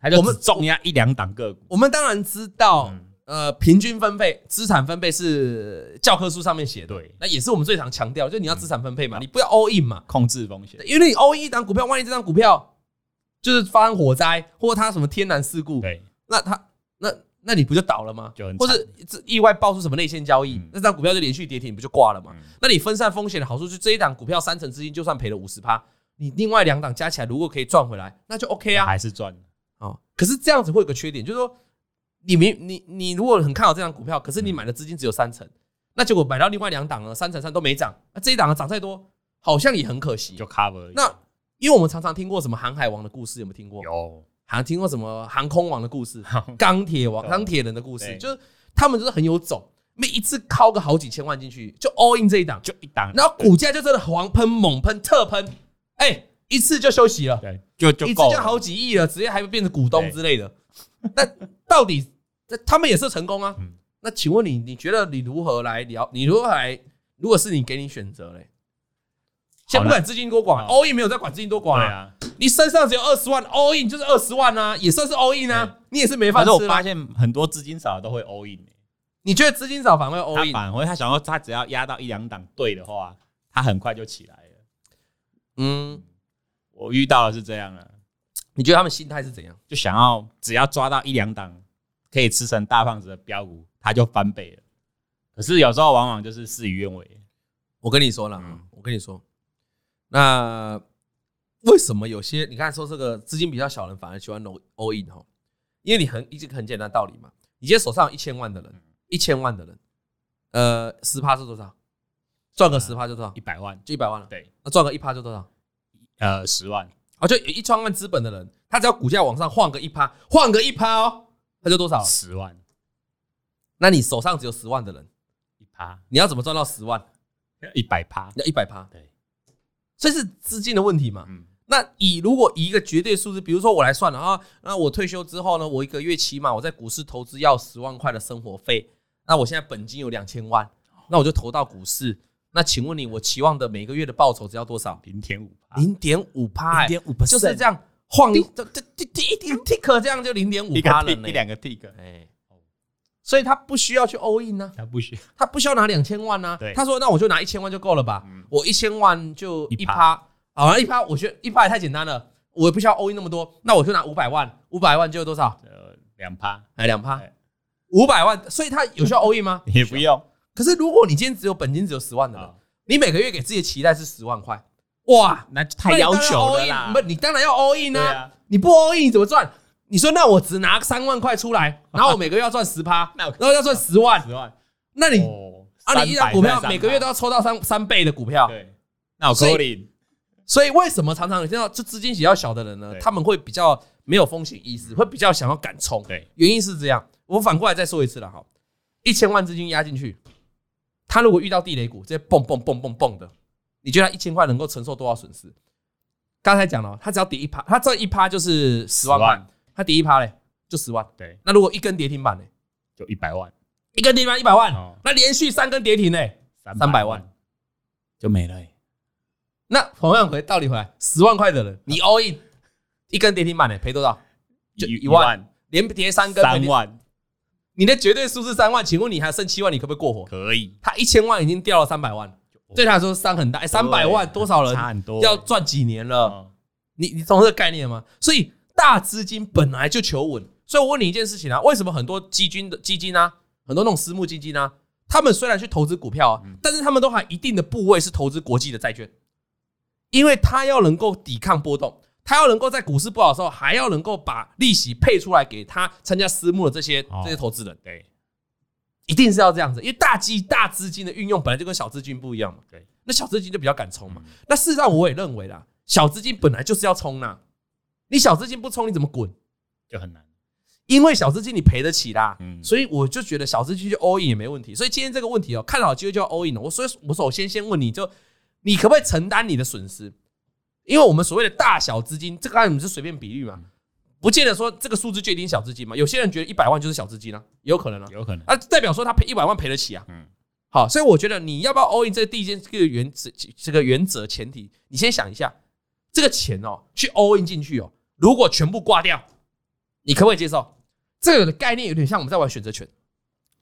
[SPEAKER 2] 还就
[SPEAKER 1] 我
[SPEAKER 2] 只
[SPEAKER 1] 们
[SPEAKER 2] 重压一两档个股，
[SPEAKER 1] 我们当然知道，
[SPEAKER 2] 嗯
[SPEAKER 1] 呃，平均分配、资产分配是教科书上面写的，
[SPEAKER 2] 对，嗯
[SPEAKER 1] 那也是我们最常强调，就你要资产分配嘛，你不要 all in 嘛，
[SPEAKER 2] 控制风险，
[SPEAKER 1] 因为你 all in 一档股票，万一这张股票就是发生火灾或它什么天然事故，
[SPEAKER 2] 对，
[SPEAKER 1] 那它那那你不就倒了吗
[SPEAKER 2] 就？很
[SPEAKER 1] 或
[SPEAKER 2] 惨
[SPEAKER 1] 是这意外爆出什么内线交易
[SPEAKER 2] 嗯，
[SPEAKER 1] 那张股票就连续跌停，你不就挂了吗
[SPEAKER 2] 嗯？
[SPEAKER 1] 那你分散风险的好处是，这一档股票三成资金就算赔了五十趴，你另外两档加起来如果可以赚回来，那就 OK 啊。
[SPEAKER 2] 还是赚了，
[SPEAKER 1] 哦，可是这样子会有个缺点，就是说你明你你如果很看好这张股票，
[SPEAKER 2] 嗯
[SPEAKER 1] 可是你买的资金只有三成，那结果买到另外两档呢，三成三都没涨，那这一档呢涨再多，好像也很可惜
[SPEAKER 2] 就。cover 而已
[SPEAKER 1] 那因为我们常常听过什么航海王的故事，有没有听过？
[SPEAKER 2] 有
[SPEAKER 1] 还听过什么航空王的故 事、钢铁王、
[SPEAKER 2] 有
[SPEAKER 1] 钢铁人的故事，
[SPEAKER 2] 对
[SPEAKER 1] 就是他们就是很有种，每一次敲个好几千万进去，就 all in 这一档，
[SPEAKER 2] 就一档，
[SPEAKER 1] 然后股价就真的狂喷、猛喷、特喷，哎、一次就休息了。
[SPEAKER 2] 对，就就
[SPEAKER 1] 一次
[SPEAKER 2] 够
[SPEAKER 1] 就
[SPEAKER 2] 了，
[SPEAKER 1] 好几亿了，直接还变成股东之类的。 那到底那他们也是成功啊？
[SPEAKER 2] 嗯
[SPEAKER 1] 那请问你，你觉得你如何来聊？你如何来？如果是你给你选择嘞，先不管资金多寡
[SPEAKER 2] 好
[SPEAKER 1] ，all in 没有在管资金多寡
[SPEAKER 2] 对
[SPEAKER 1] 啊。
[SPEAKER 2] 啊。
[SPEAKER 1] 你身上只有二十万，all in 就是二十万啊，也算是 all in 啊，你也是没
[SPEAKER 2] 反
[SPEAKER 1] 饭
[SPEAKER 2] 正我
[SPEAKER 1] 吃
[SPEAKER 2] 发
[SPEAKER 1] 啊。
[SPEAKER 2] 现很多资金少的都会 all in，欸
[SPEAKER 1] 你觉得资金少反而会
[SPEAKER 2] 他
[SPEAKER 1] all in？
[SPEAKER 2] 反而他想要他只要压到一两档对的话，他很快就起来了。
[SPEAKER 1] 嗯，
[SPEAKER 2] 我遇到的是这样啊，
[SPEAKER 1] 你觉得他们心态是怎样？
[SPEAKER 2] 就想要只要抓到一两档可以吃成大胖子的标股，他就翻倍了。可是有时候往往就是事与愿违，
[SPEAKER 1] 我跟你说了啊，
[SPEAKER 2] 嗯
[SPEAKER 1] 我跟你说，那为什么有些你刚才说这个资金比较小的人反而喜欢 all all in 哈？因为你很一直很简单的道理嘛，你今天手上有一千万的
[SPEAKER 2] 嗯
[SPEAKER 1] 人，一千万的人，呃，十趴是多少？赚个十趴就多少
[SPEAKER 2] 一？百万
[SPEAKER 1] 就一百万了。
[SPEAKER 2] 嗯对，
[SPEAKER 1] 那赚个一趴就多少？
[SPEAKER 2] 呃十万
[SPEAKER 1] 啊，就有一千万资本的人，他只要股价往上晃个一趴，晃个一趴哦，他就多少？
[SPEAKER 2] 十万
[SPEAKER 1] 那你手上只有十万的人，
[SPEAKER 2] 一趴
[SPEAKER 1] 你要怎么赚到十万？
[SPEAKER 2] 一百趴，
[SPEAKER 1] 要一百趴，
[SPEAKER 2] 对，
[SPEAKER 1] 所以是资金的问题嘛。
[SPEAKER 2] 嗯，
[SPEAKER 1] 那以如果以一个绝对数字，比如说我来算了啊，那我退休之后呢，我一个月起码我在股市投资要十万块的生活费，那我现在本金有两千万，那我就投到股市。那请问你，我期望的每个月的报酬只要多少？
[SPEAKER 2] 零点五趴，哎
[SPEAKER 1] 零点五趴，
[SPEAKER 2] 0.5%
[SPEAKER 1] 就是这样晃一，这这这这一点 tick 这样就零点五
[SPEAKER 2] 一个
[SPEAKER 1] 趴了
[SPEAKER 2] tick，
[SPEAKER 1] 呢
[SPEAKER 2] 一。两个 tick，
[SPEAKER 1] 哎，所以他不需要去 all in 啊呢、
[SPEAKER 2] 他不需要
[SPEAKER 1] 他不需要拿两千万呢、
[SPEAKER 2] 对
[SPEAKER 1] 他说那我就拿一千万就够了吧，
[SPEAKER 2] 嗯
[SPEAKER 1] 我一千万就一
[SPEAKER 2] 一
[SPEAKER 1] 趴，好啊，一趴我觉得一趴也太简单了，我也不需要 all in 那么多，那我就拿五百万，五百万就多少？
[SPEAKER 2] 呃两趴，
[SPEAKER 1] 哎，两趴
[SPEAKER 2] 对，
[SPEAKER 1] 五百万，所以他有需要 all in 吗？
[SPEAKER 2] 也不用
[SPEAKER 1] 可是如果你今天只有本金只有十万的人，
[SPEAKER 2] 啊，
[SPEAKER 1] 你每个月给自己的期待是十万块，哇，
[SPEAKER 2] 那就太要求了啦
[SPEAKER 1] 不，，你当然要 all in
[SPEAKER 2] 对
[SPEAKER 1] 啊，
[SPEAKER 2] 啊，
[SPEAKER 1] 你不 all in 你怎么赚？你说那我只拿三万块出 来，然后我每个月要赚十趴，
[SPEAKER 2] 啊那我
[SPEAKER 1] 然后要赚十万，
[SPEAKER 2] 十万，
[SPEAKER 1] 那你
[SPEAKER 2] 哦
[SPEAKER 1] 啊，你一张股票每个月都
[SPEAKER 2] 要
[SPEAKER 1] 要抽到三三倍的股票，
[SPEAKER 2] 对，那我
[SPEAKER 1] 所以
[SPEAKER 2] 扣零
[SPEAKER 1] 所以为什么常常你听到就资金比较小的人呢，
[SPEAKER 2] 对嗯
[SPEAKER 1] 他们会比较没有风险意识，会比较想要敢冲。
[SPEAKER 2] 对，
[SPEAKER 1] 原因是这样。我反过来再说一次了哈，一千万资金压进去，他如果遇到地雷股，直接蹦蹦蹦蹦蹦的，你觉得他一千块能够承受多少损失？刚才讲了，他只要跌一趴，他这一趴就是十万
[SPEAKER 2] 10万
[SPEAKER 1] 块，他跌一趴嘞就十万。
[SPEAKER 2] 对，
[SPEAKER 1] 那如果一根跌停板呢？
[SPEAKER 2] 就一百万，
[SPEAKER 1] 一根跌停板一百万
[SPEAKER 2] 哦，
[SPEAKER 1] 那连续三根跌停呢？300万
[SPEAKER 2] 就没了欸、
[SPEAKER 1] 那同样回道理回来，十万块的人，你 all in 一根跌停板呢，欸赔多少？就
[SPEAKER 2] 一
[SPEAKER 1] 一万，连跌三根，
[SPEAKER 2] 三万
[SPEAKER 1] 你的绝对数是三万，请问你还剩七万，你可不可以过活？
[SPEAKER 2] 可以，
[SPEAKER 1] 他一千万已经掉了三百万，对他来说伤很大。欸三百万
[SPEAKER 2] 对
[SPEAKER 1] 多少人
[SPEAKER 2] 差很多欸，
[SPEAKER 1] 要呃赚几年了？
[SPEAKER 2] 嗯
[SPEAKER 1] 你你懂这个概念吗？所以大资金本来就求稳，所以我问你一件事情啊，为什么很多基金的基金啊，很多那种私募基金啊，他们虽然去投资股票啊，
[SPEAKER 2] 嗯
[SPEAKER 1] 但是他们都还一定的部位是投资国际的债券，因为他要能够抵抗波动。他要能够在股市不好的时候，还要能够把利息配出来给他参加私募的这些
[SPEAKER 2] 哦
[SPEAKER 1] 这些投资人，
[SPEAKER 2] 对，
[SPEAKER 1] 一定是要这样子，因为大基大资金的运用本来就跟小资金不一样嘛。
[SPEAKER 2] 对，
[SPEAKER 1] 那小资金就比较敢冲嘛。那事实上我也认为啦，小资金本来就是要冲啦，你小资金不冲你怎么滚？
[SPEAKER 2] 就很难。
[SPEAKER 1] 因为小资金你赔得起啦，
[SPEAKER 2] 嗯
[SPEAKER 1] 所以我就觉得小资金就 all in 也没问题。所以今天这个问题哦，看好机会就要 all in 了。我所以我首先先问你就，你可不可以承担你的损失？因为我们所谓的大小资金，这个按你们是随便比率嘛，不见得说这个数字就一定小资金嘛。有些人觉得一百万就是小资金啊，也有可能啊。
[SPEAKER 2] 有可能。
[SPEAKER 1] 啊，代表说他赔一百万赔得起啊。
[SPEAKER 2] 嗯
[SPEAKER 1] 好，所以我觉得你要不要 all in 这第一件这个原则这个原则前提，你先想一下，这个钱哦去 all in 进去哦，如果全部挂掉，你可不可以接受？这个的概念有点像我们在玩选择权，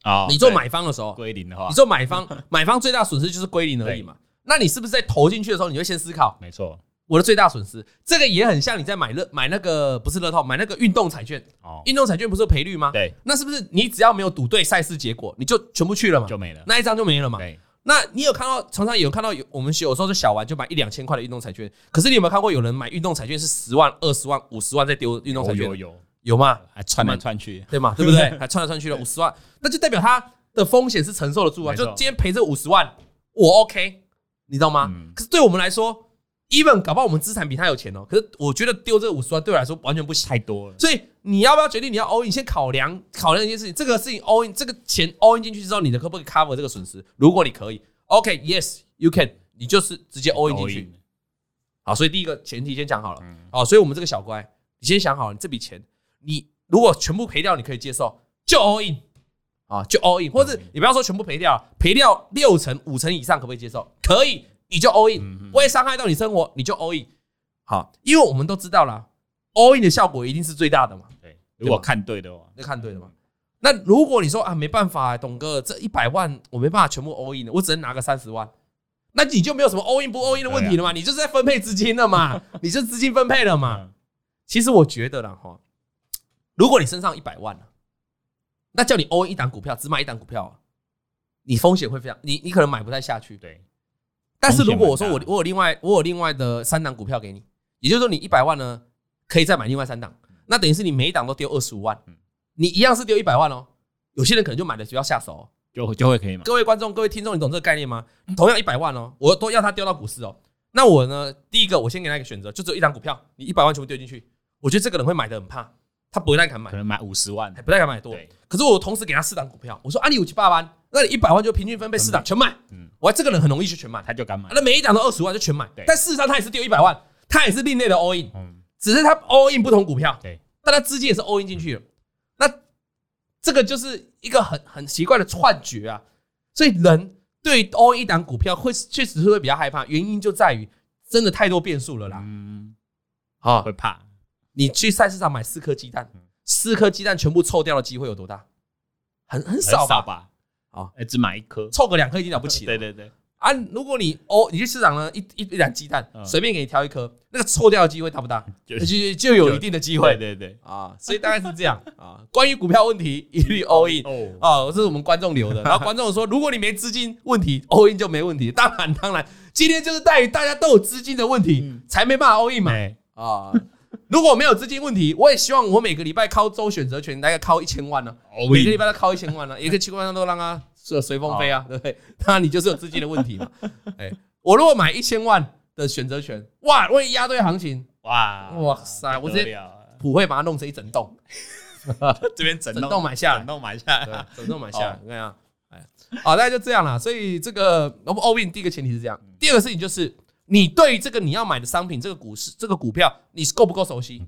[SPEAKER 2] 啊
[SPEAKER 1] 你做买方的时候，
[SPEAKER 2] 归零的话
[SPEAKER 1] 你，做买方，买方最大损失就是归零而已嘛。那你是不是在投进去的时候，你会先思考
[SPEAKER 2] 没错。
[SPEAKER 1] 我的最大损失？这个也很像你在买乐买那个不是乐透，买那个运动彩券，
[SPEAKER 2] 哦，
[SPEAKER 1] 运动彩券不是有赔率吗？
[SPEAKER 2] 对，
[SPEAKER 1] 那是不是你只要没有赌对赛事结果，你就全部去了嘛？
[SPEAKER 2] 就没了。
[SPEAKER 1] 那一张就没了嘛。
[SPEAKER 2] 对，
[SPEAKER 1] 那你有看到常常有看到有我们有时候是小玩就买一两千块的运动彩券，可是你有没有看过有人买运动彩券是十万、二十万、五十万在丢运动彩
[SPEAKER 2] 有
[SPEAKER 1] 券？
[SPEAKER 2] 有有，
[SPEAKER 1] 有吗？
[SPEAKER 2] 还串来串去，
[SPEAKER 1] 对嘛？对不对？还穿来穿去的五十万，那就代表他的风险是承受得住啊。
[SPEAKER 2] 没
[SPEAKER 1] 就
[SPEAKER 2] 错
[SPEAKER 1] 今天赔这五十万，我 OK，你知道吗？
[SPEAKER 2] 嗯
[SPEAKER 1] 可是对我们来说，even 搞不好我们资产比他有钱哦，可是我觉得丢这五十万对我来说完全不行。
[SPEAKER 2] 太多了。
[SPEAKER 1] 所以你要不要决定你要 all in？先考量考量一件事情，这个事情 all in，这个钱 all in 进去之后，你的可不可以 cover 这个损失？如果你可以，OK，yes，you、can，你就是直接 all in 进去。好，所以第一个前提先讲好了。
[SPEAKER 2] 嗯
[SPEAKER 1] 好，所以我们这个小乖，你先想好，你这笔钱，你如果全部赔掉，你可以接受，就 all in 啊，就 all in，或者
[SPEAKER 2] all in
[SPEAKER 1] 你不要说全部赔掉，赔掉六成、五成以上，可不可以接受？可以，你就 all in，、
[SPEAKER 2] 嗯嗯
[SPEAKER 1] 不会伤害到你生活，你就 all in。好，因为我们都知道啦 a l l in 的效果一定是最大的嘛。
[SPEAKER 2] 对，如果看对的话，
[SPEAKER 1] 那看对了吗？那如果你说啊，没办法、董哥，这一百万我没办法全部 all in 的，我只能拿个三十万，那你就没有什么 all in 不 all in 的问题了嘛？你就是在分配资金了嘛，你就资金分配了嘛。
[SPEAKER 2] 嗯
[SPEAKER 1] 其实我觉得啦，哈，如果你身上一百万、啊、那叫你 all in 一档股票，只买一档股票、啊，你风险会非常，你你可能买不太下去。
[SPEAKER 2] 对，
[SPEAKER 1] 但是如果我说我
[SPEAKER 2] 风险蛮大
[SPEAKER 1] 我有另外我有另外的三档股票给你，也就是说你一百万呢可以再买另外三档，那等于是你每一档都丢二十五万
[SPEAKER 2] 嗯，
[SPEAKER 1] 你一样是丢一百万哦。有些人可能就买的比较下手、哦。
[SPEAKER 2] 就就会可以嘛。
[SPEAKER 1] 各位观众、各位听众，你懂这个概念吗？同样一百万哦，我都要他丢到股市哦。那我呢，第一个我先给他一个选择，就只有一档股票，你一百万全部丢进去，我觉得这个人会买的很怕，他不太敢买
[SPEAKER 2] 可，能买五十万，
[SPEAKER 1] 不太敢买多。
[SPEAKER 2] 对，
[SPEAKER 1] 可是我同时给他四档股票，我说啊，你有七八万，那你一百万就平均分配四档全买，
[SPEAKER 2] 嗯
[SPEAKER 1] 我这个人很容易去全买。
[SPEAKER 2] 他就敢买。
[SPEAKER 1] 啊那每一档都二十万就全买
[SPEAKER 2] 对，
[SPEAKER 1] 但事实上他也是丢一百万，他也是另类的 all in，
[SPEAKER 2] 嗯，
[SPEAKER 1] 只是他 all in 不同股票，
[SPEAKER 2] 对，
[SPEAKER 1] 但他资金也是 all in 进去了。那这个就是一个很很奇怪的幻觉啊，所以人对 all in 一档股票会确实是会比较害怕，原因就在于真的太多变数了啦。
[SPEAKER 2] 嗯，
[SPEAKER 1] 啊
[SPEAKER 2] 会，怕。
[SPEAKER 1] 你去菜市场买四颗鸡蛋
[SPEAKER 2] 嗯，
[SPEAKER 1] 四颗鸡蛋全部臭掉的机会有多大？很很
[SPEAKER 2] 很
[SPEAKER 1] 少
[SPEAKER 2] 少
[SPEAKER 1] 吧，
[SPEAKER 2] 吧？
[SPEAKER 1] 好，
[SPEAKER 2] 哎，只买一颗。
[SPEAKER 1] 凑个两颗已经了不起了。
[SPEAKER 2] 对对对，
[SPEAKER 1] 啊，如果你哦，你去市场呢，一一一两鸡蛋，
[SPEAKER 2] 嗯
[SPEAKER 1] 随便给你挑一颗，那个抽掉的机会大不大？
[SPEAKER 2] 就
[SPEAKER 1] 就就就有一定的机会
[SPEAKER 2] 对对
[SPEAKER 1] 啊，所以大概是这样啊。关于股票问题，一 律 all in
[SPEAKER 2] 对。哦，
[SPEAKER 1] 啊，这是我们观众留的。然后观众说，如果你没资金问题，all in 就没问题。当然当然，今天就是在于大家都有资金的问题
[SPEAKER 2] 嗯，
[SPEAKER 1] 才没办法 all in 嘛
[SPEAKER 2] 买
[SPEAKER 1] 啊。如果没有资金问题，我也希望我每个礼拜靠周选择权，大概靠一千万呢、每个礼拜都靠一千 万了、啊一个七万上都让它随随风飞啊，对不对？ 当然你就是有资金的问题嘛。 哎，我如果买一千万的选择权，哇，万一压对行情，
[SPEAKER 2] 哇
[SPEAKER 1] 哇塞我直接
[SPEAKER 2] 不得了啊
[SPEAKER 1] 普惠把它弄成一整栋，
[SPEAKER 2] 这边整
[SPEAKER 1] 整
[SPEAKER 2] 栋
[SPEAKER 1] 栋买下来
[SPEAKER 2] 整。栋买下
[SPEAKER 1] 对
[SPEAKER 2] 来，，
[SPEAKER 1] 整栋买下来，你看啊，哎，好，大概就这样啦。所以这个我们 all in 第一个前提是这样，第二个事情就是你对于这个你要买的商品、这个股市、这个股票，你是够不够熟悉？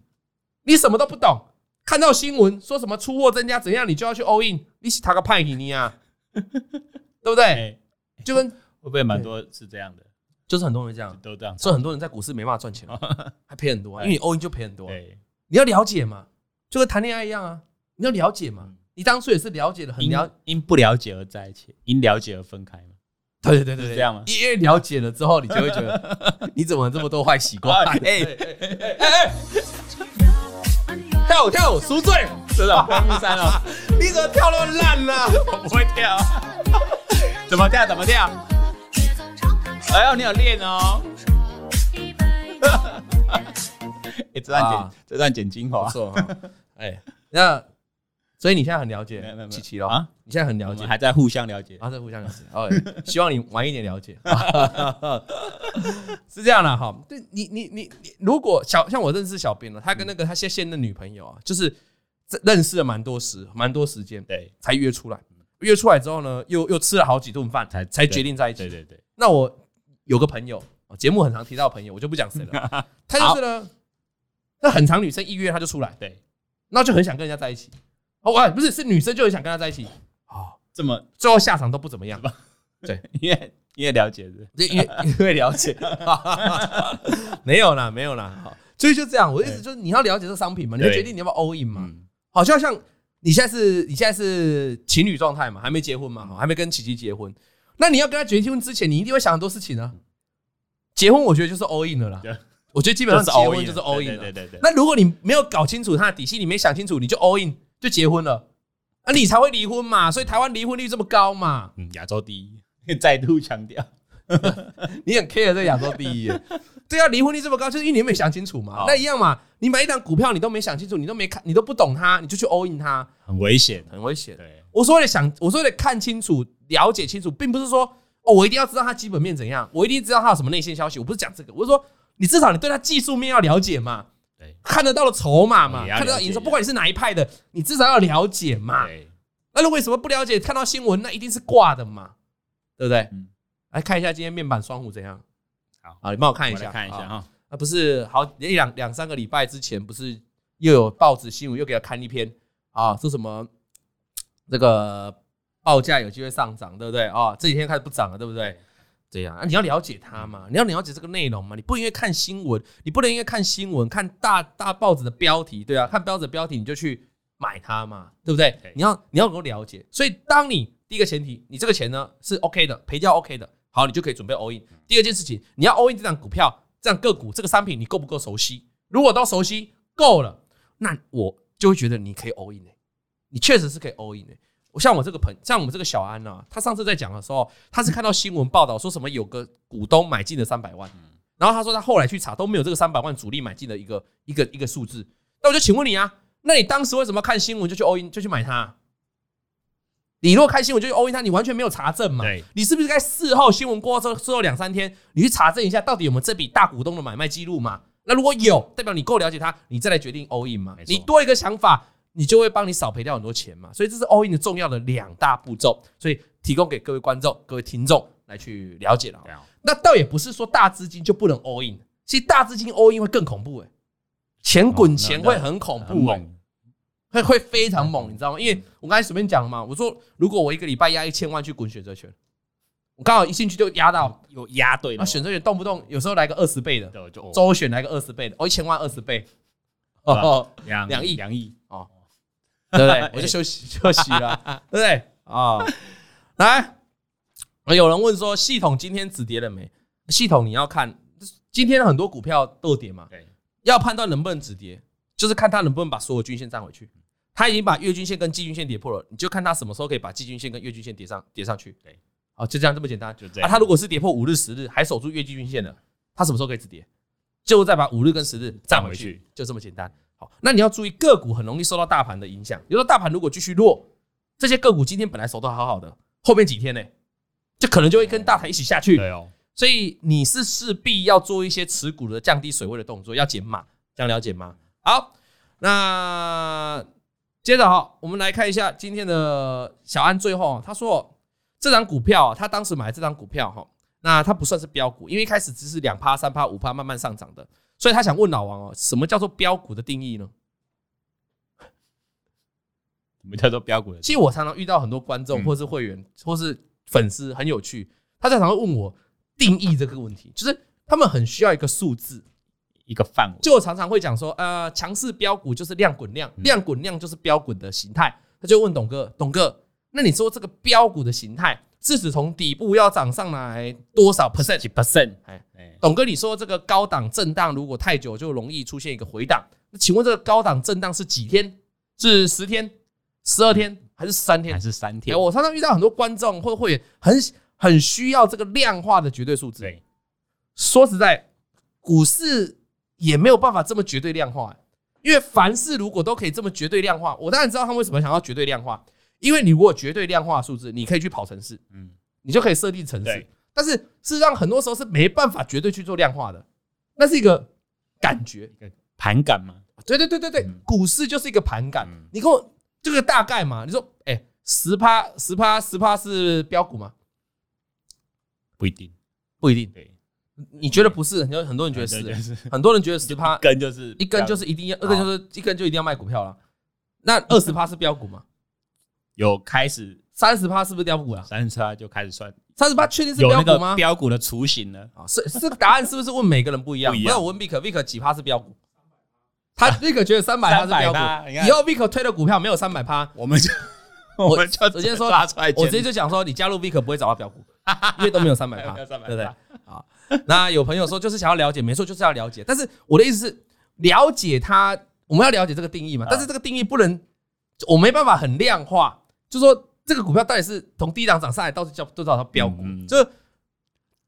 [SPEAKER 1] 你什么都不懂，看到新闻说什么出货增加怎样，你就要去 all in，你是他个派给你啊，对不对？
[SPEAKER 2] 哎，
[SPEAKER 1] 就跟
[SPEAKER 2] 会不会蛮多是这样的，
[SPEAKER 1] 就是很多人这样，
[SPEAKER 2] 都这样？
[SPEAKER 1] 所以很多人在股市没办法赚钱， 还赔很多，因为你 all in 就赔很多。
[SPEAKER 2] 哎对，
[SPEAKER 1] 你要了解嘛，就跟谈恋爱一样啊，你要了解嘛
[SPEAKER 2] 嗯。
[SPEAKER 1] 你当初也是了解的，很
[SPEAKER 2] 因
[SPEAKER 1] 了
[SPEAKER 2] 因不了解而在一起，因了解而分开嘛。
[SPEAKER 1] 对对对对，
[SPEAKER 2] 是这样吗
[SPEAKER 1] 因为了解了之后，你就会觉得 你怎么这么多坏习惯？
[SPEAKER 2] 哇
[SPEAKER 1] 哎
[SPEAKER 2] 哎
[SPEAKER 1] 哎哎，跳舞跳舞赎罪，
[SPEAKER 2] 真 的吗？木山哦，
[SPEAKER 1] 你怎么跳那么烂啊呢？
[SPEAKER 2] 我不会跳，怎么跳怎么跳？ 哎呦，你有练哦！哎，这段
[SPEAKER 1] 啊
[SPEAKER 2] 剪这段剪精
[SPEAKER 1] 不
[SPEAKER 2] 华，
[SPEAKER 1] 错哈，哎，那所以你现在很了解
[SPEAKER 2] 没有没有没有
[SPEAKER 1] 琪琪了
[SPEAKER 2] 啊
[SPEAKER 1] 啊？你现在很
[SPEAKER 2] 我
[SPEAKER 1] 了解
[SPEAKER 2] 们，还在互相了解。
[SPEAKER 1] 啊，这互相了解。哦， 希望你晚一点了解， 是这样的哈。对你，你，你，你，如果小像我认识小编了，他跟那个他现现任女朋友啊，就是这认识了蛮多时，蛮多时间，
[SPEAKER 2] 对，
[SPEAKER 1] 才约出来。约出来之后呢，又又吃了好几顿饭，才
[SPEAKER 2] 才
[SPEAKER 1] 才决定在一起。
[SPEAKER 2] 对对对，
[SPEAKER 1] 那我有个朋友，哦节目很常提到的朋友，我就不讲谁 了。他就是呢，那很长女生一约他就出来，
[SPEAKER 2] 对，
[SPEAKER 1] 那就很想跟人家在一起。哦，哎，不是，是女生就很想跟他在一起，
[SPEAKER 2] 这么
[SPEAKER 1] 最后下场都不怎么样。
[SPEAKER 2] 因为因为了解的，
[SPEAKER 1] 因因为因为了解， 没有啦，没有啦。好，所以就这样，我的意思就是你要了解这商品嘛，你就
[SPEAKER 2] 嗯对
[SPEAKER 1] 决定你要不要 all in 嘛。
[SPEAKER 2] 嗯，
[SPEAKER 1] 好，就像你现在是你现在是情侣状态嘛，还没结婚嘛，
[SPEAKER 2] 嗯
[SPEAKER 1] 还没跟琪琪结婚。那你要跟他决定结婚之前，你一定会想很多事情啊。结婚，我觉得就是 all in 了啦
[SPEAKER 2] 对。
[SPEAKER 1] 我觉得基本
[SPEAKER 2] 就
[SPEAKER 1] 上
[SPEAKER 2] 是
[SPEAKER 1] 结
[SPEAKER 2] all
[SPEAKER 1] 婚
[SPEAKER 2] in，
[SPEAKER 1] 就是 all
[SPEAKER 2] 对
[SPEAKER 1] in
[SPEAKER 2] 啊对
[SPEAKER 1] 了。
[SPEAKER 2] 对对，对
[SPEAKER 1] 那如果你没有搞清楚他的底细，你没想清楚，你就 all in 就结婚了，那你才会离婚嘛。所以台湾离婚率这么高嘛，
[SPEAKER 2] 嗯，亚洲第一，再度强调，
[SPEAKER 1] 你很 care 这亚洲第 一耶。对啊，离婚率这么高，就是因为你没想清楚嘛
[SPEAKER 2] 好。
[SPEAKER 1] 那一样嘛，你买一档股票，你都没想清楚，你都没看，你都不懂它，你就去 all in 它，
[SPEAKER 2] 很危险。
[SPEAKER 1] 很危险。
[SPEAKER 2] 对，
[SPEAKER 1] 我说的想，我说的看清楚、了解清楚，并不是说哦，我一定要知道它基本面怎样，我一定知道它有什么内线消息。我不是讲这个，我是说你至少你对它技术面要了解嘛，
[SPEAKER 2] 对，
[SPEAKER 1] 看得到的筹码嘛，
[SPEAKER 2] 也要了
[SPEAKER 1] 看
[SPEAKER 2] 解
[SPEAKER 1] 得到营收，不管你是哪一派的，你至少要了解嘛。
[SPEAKER 2] 对，
[SPEAKER 1] 那如果你什么不了解，看到新闻那一定是挂的嘛，对不对？
[SPEAKER 2] 嗯
[SPEAKER 1] 来看一下今天面板双虎怎样。
[SPEAKER 2] 好
[SPEAKER 1] 你帮我看一
[SPEAKER 2] 我
[SPEAKER 1] 下，
[SPEAKER 2] 来看一下
[SPEAKER 1] 啊。
[SPEAKER 2] 哈，
[SPEAKER 1] 啊，不是好一两两三个礼拜之前，不是又有报纸新闻又给他看一篇啊，说什么这个报价有机会上涨，对不对啊？这几天开始不涨了，对不对？对呀、啊，你要了解它嘛，你要了解这个内容嘛，你不因为看新闻，你不能因为看新闻看大大报纸的标题，对啊，看标纸的标题你就去买它嘛，对不对
[SPEAKER 2] 对？
[SPEAKER 1] 你要你要能够了解，所以当你第一个前提，你这个钱呢是 OK 的，赔掉 OK 的，好，你就可以准备 all in。第二件事情，你要 all in 这档股票、这档个股、这个商品，你够不够熟悉？如果都熟悉够了，那我就会觉得你可以 all in 欸你确实是可以 all in 的、我像我这个朋，像我们这个小安呢、啊，他上次在讲的时候，他是看到新闻报道说什么有个股东买进了三百万，
[SPEAKER 2] 嗯
[SPEAKER 1] 然后他说他后来去查都没有这个三百万主力买进的一个一个一个数字。那我就请问你啊，那你当时为什么看新闻就去 all in 就去买它？你如果看新闻就去 all in 它，你完全没有查证嘛
[SPEAKER 2] 对？
[SPEAKER 1] 你是不是该事后新闻过后之后之后两三天，你去查证一下到底有没有这笔大股东的买卖记录嘛？那如果有，代表你够了解他，你再来决定 all in 嘛
[SPEAKER 2] 没？错
[SPEAKER 1] 你多一个想法，你就会帮你少赔掉很多钱嘛。所以这是 all in 的重要的两大步骤，所以提供给各位观众、各位听众来去了解了。
[SPEAKER 2] 对啊，
[SPEAKER 1] 那倒也不是说大资金就不能 all in，其实大资金 all in 会更恐怖哎、钱滚钱会很恐
[SPEAKER 2] 哦很
[SPEAKER 1] 怖、欸，
[SPEAKER 2] 猛，
[SPEAKER 1] 会会非常猛，你知道吗？因为我刚才随便讲了嘛，我说如果我一个礼拜压一千万去滚选择权，我刚好一进去就压到，
[SPEAKER 2] 有压对
[SPEAKER 1] 那
[SPEAKER 2] 了，
[SPEAKER 1] 选择权动不动有时候来个二十倍的，
[SPEAKER 2] 嗯对就哦
[SPEAKER 1] 周选来个二十倍的，哦一千万二十倍，
[SPEAKER 2] 对啊吧
[SPEAKER 1] 哦，
[SPEAKER 2] 两
[SPEAKER 1] 两亿
[SPEAKER 2] 两亿，
[SPEAKER 1] 对 不对？我就休息休息了，对不对？啊，来，有人问说系统今天止跌了没？系统你要看，今天很多股票都有跌嘛，
[SPEAKER 2] 对，
[SPEAKER 1] 要判断能不能止跌，就是看它能不能把所有均线站回去。它已经把月均线跟季均线跌破了，你就看它什么时候可以把季均线跟月均线叠上叠上去。
[SPEAKER 2] 对，
[SPEAKER 1] 好，就这样这么简单。
[SPEAKER 2] 就这
[SPEAKER 1] 啊，
[SPEAKER 2] 样。
[SPEAKER 1] 它如果是跌破五日、十日，还守住月均线的，它什么时候可以止跌？就再把五日跟十日站
[SPEAKER 2] 站
[SPEAKER 1] 回
[SPEAKER 2] 回
[SPEAKER 1] 去
[SPEAKER 2] 去，
[SPEAKER 1] 就这么简单。好，那你要注意个股很容易受到大盘的影响。比如说大盘如果继续弱，这些个股今天本来守得好好的，后面几天呢，就可能就会跟大盘一起下去。
[SPEAKER 2] 对哦，
[SPEAKER 1] 所以你是势必要做一些持股的降低水位的动作，要减码，这样了解吗？好，那接着哈，我们来看一下今天的小安最后，他说这张股票啊，他当时买这张股票哈，那它不算是标股，因为一开始只是两趴、三趴、五趴慢慢上涨的，所以他想问老王哦，什么叫做标股的定义呢？
[SPEAKER 2] 什么叫做标股的？
[SPEAKER 1] 其实我常常遇到很多观众
[SPEAKER 2] 嗯
[SPEAKER 1] 或是会员或是粉丝很有趣，他常常会问我定义这个问题，就是他们很需要一个数字，
[SPEAKER 2] 一个范围。
[SPEAKER 1] 就我常常会讲说，呃，强势标股就是量滚量，
[SPEAKER 2] 嗯
[SPEAKER 1] 量滚量就是标股的形态。他就问董哥，董哥，那你说这个标股的形态是指从底部要涨上来多少 percent？
[SPEAKER 2] 几 percent？
[SPEAKER 1] 哎
[SPEAKER 2] 哎，
[SPEAKER 1] 董哥，你说这个高档震荡如果太久就容易出现一个回档，那请问这个高档震荡是几天？是十天、十二天还是三天
[SPEAKER 2] 还？是三
[SPEAKER 1] 哎
[SPEAKER 2] 天？
[SPEAKER 1] 我常常遇到很多观众或会员很很需要这个量化的绝对数字。
[SPEAKER 2] 对，
[SPEAKER 1] 说实在，股市也没有办法这么绝对量化、因为凡事如果都可以这么绝对量化，我当然知道他们为什么想要绝对量化，因为你如果绝对量化数字，你可以去跑城市，
[SPEAKER 2] 嗯，
[SPEAKER 1] 你就可以设定城市
[SPEAKER 2] 对。
[SPEAKER 1] 但是事实上，很多时候是没办法绝对去做量化的，那是一个感觉。
[SPEAKER 2] 盘感嘛，
[SPEAKER 1] 对对对对对
[SPEAKER 2] 嗯，
[SPEAKER 1] 股市就是一个盘感
[SPEAKER 2] 嗯。
[SPEAKER 1] 你跟我这个大概嘛，你说，哎，十趴十趴十趴是标股吗？
[SPEAKER 2] 不一定。
[SPEAKER 1] 不一定。
[SPEAKER 2] 对，
[SPEAKER 1] 你觉得不是？很多很多人觉得，
[SPEAKER 2] 嗯对就是
[SPEAKER 1] 很多人觉得十趴
[SPEAKER 2] 一根就是
[SPEAKER 1] 一根就是一定要，二根就是一根就一定要卖股票了。那二十趴是标股嘛？
[SPEAKER 2] 有开始
[SPEAKER 1] 三十趴是不是标股啊？
[SPEAKER 2] 三车就开始算，
[SPEAKER 1] 三十趴确定是
[SPEAKER 2] 有那
[SPEAKER 1] 标股
[SPEAKER 2] 个
[SPEAKER 1] 吗？
[SPEAKER 2] 标股的雏形了。
[SPEAKER 1] 啊，是是答案是不是问每个人不一样？
[SPEAKER 2] 不一
[SPEAKER 1] 不
[SPEAKER 2] 样
[SPEAKER 1] 要我问 Vick Vick 几趴是标股？他 Vick 觉得三百趴是
[SPEAKER 2] 300
[SPEAKER 1] 标
[SPEAKER 2] 趴你
[SPEAKER 1] 股，
[SPEAKER 2] 看
[SPEAKER 1] 以后 Vick 推的股票没有三百趴，
[SPEAKER 2] 我 们就我们就
[SPEAKER 1] 直接说
[SPEAKER 2] 抓出来，
[SPEAKER 1] 我直接就讲说你加入 Vick 不会找到标股， 因为都没有三百趴，
[SPEAKER 2] 没
[SPEAKER 1] 对
[SPEAKER 2] 有300趴
[SPEAKER 1] 不对？啊，那有朋友说就是想要了解，没错，就是要了解。但是我的意思是了解它，我们要了解这个定义嘛。
[SPEAKER 2] 啊
[SPEAKER 1] 但是这个定义不能，我没办法很量化，就说这个股票到底是从低档涨上来，到底叫多少它标股，
[SPEAKER 2] 嗯嗯
[SPEAKER 1] 就是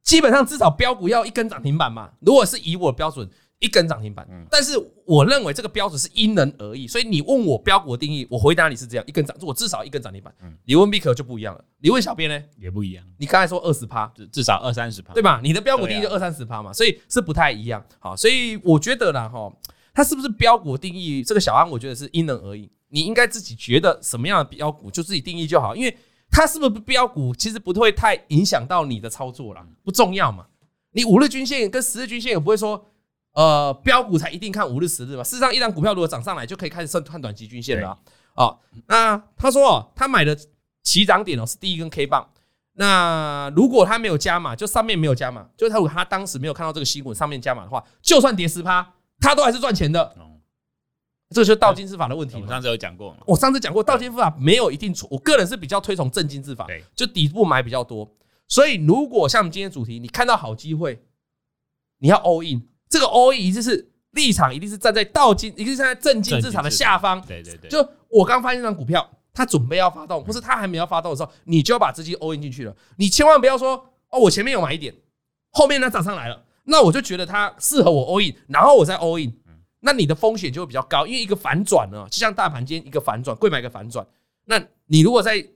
[SPEAKER 1] 基本上至少标股要一根涨停板嘛。如果是以我的标准。一根涨停板，
[SPEAKER 2] 嗯
[SPEAKER 1] 但是我认为这个标准是因人而异，所以你问我标股的定义，我回答你是这样：一根涨，我至少一根涨停板。
[SPEAKER 2] 嗯
[SPEAKER 1] 你问 Vick 就不一样了，你问小编呢？
[SPEAKER 2] 也不一样，
[SPEAKER 1] 你刚才说二十趴，
[SPEAKER 2] 至至少二三十趴。
[SPEAKER 1] 对吧？你的标股
[SPEAKER 2] 对
[SPEAKER 1] 定
[SPEAKER 2] 啊
[SPEAKER 1] 义就二三十趴嘛，所以是不太一样。好，所以我觉得啦，哈，它是不是标股定义？这个小安我觉得是因人而异，你应该自己觉得什么样的标股就自己定义就好，因为它是不是标股其实不会太影响到你的操作啦，不重要嘛。你五日均线跟十日均线也不会说，呃，标股才一定看五日十日嘛。事实上，一张股票如果涨上来，就可以开始算看短期均线了啊、哦，那他说、哦、他买的起涨点哦是第一根 K 棒，那如果他没有加码，就上面没有加码，就是他如果他当时没有看到这个新闻上面加码的话，就算跌十趴，他都还是赚钱的。
[SPEAKER 2] 嗯，
[SPEAKER 1] 这就是倒金字法的问
[SPEAKER 2] 我
[SPEAKER 1] 题
[SPEAKER 2] 们
[SPEAKER 1] 嘛。
[SPEAKER 2] 上次有讲过嘛，
[SPEAKER 1] 我上次讲过，倒金字法没有一定错，我个人是比较推崇正金字法
[SPEAKER 2] 对，
[SPEAKER 1] 就底部买比较多。所以如果像我们今天主题，你看到好机会，你要 all in，这个 all in 一定是立场一定是站在倒金，一定是站在正金字塔的下方，
[SPEAKER 2] 对对对，
[SPEAKER 1] 就我刚发现这张股票，它准备要发动，或是它还没有发动的时候，你就要把资金 all in 进去了。你千万不要说哦，我前面有买一点，后面它涨上来了，那我就觉得它适合我 all in，然后我再 all in，那你的风险就会比较高，因为一个反转呢，就像大盘今天一个反转，贵买一个反转，那你如果在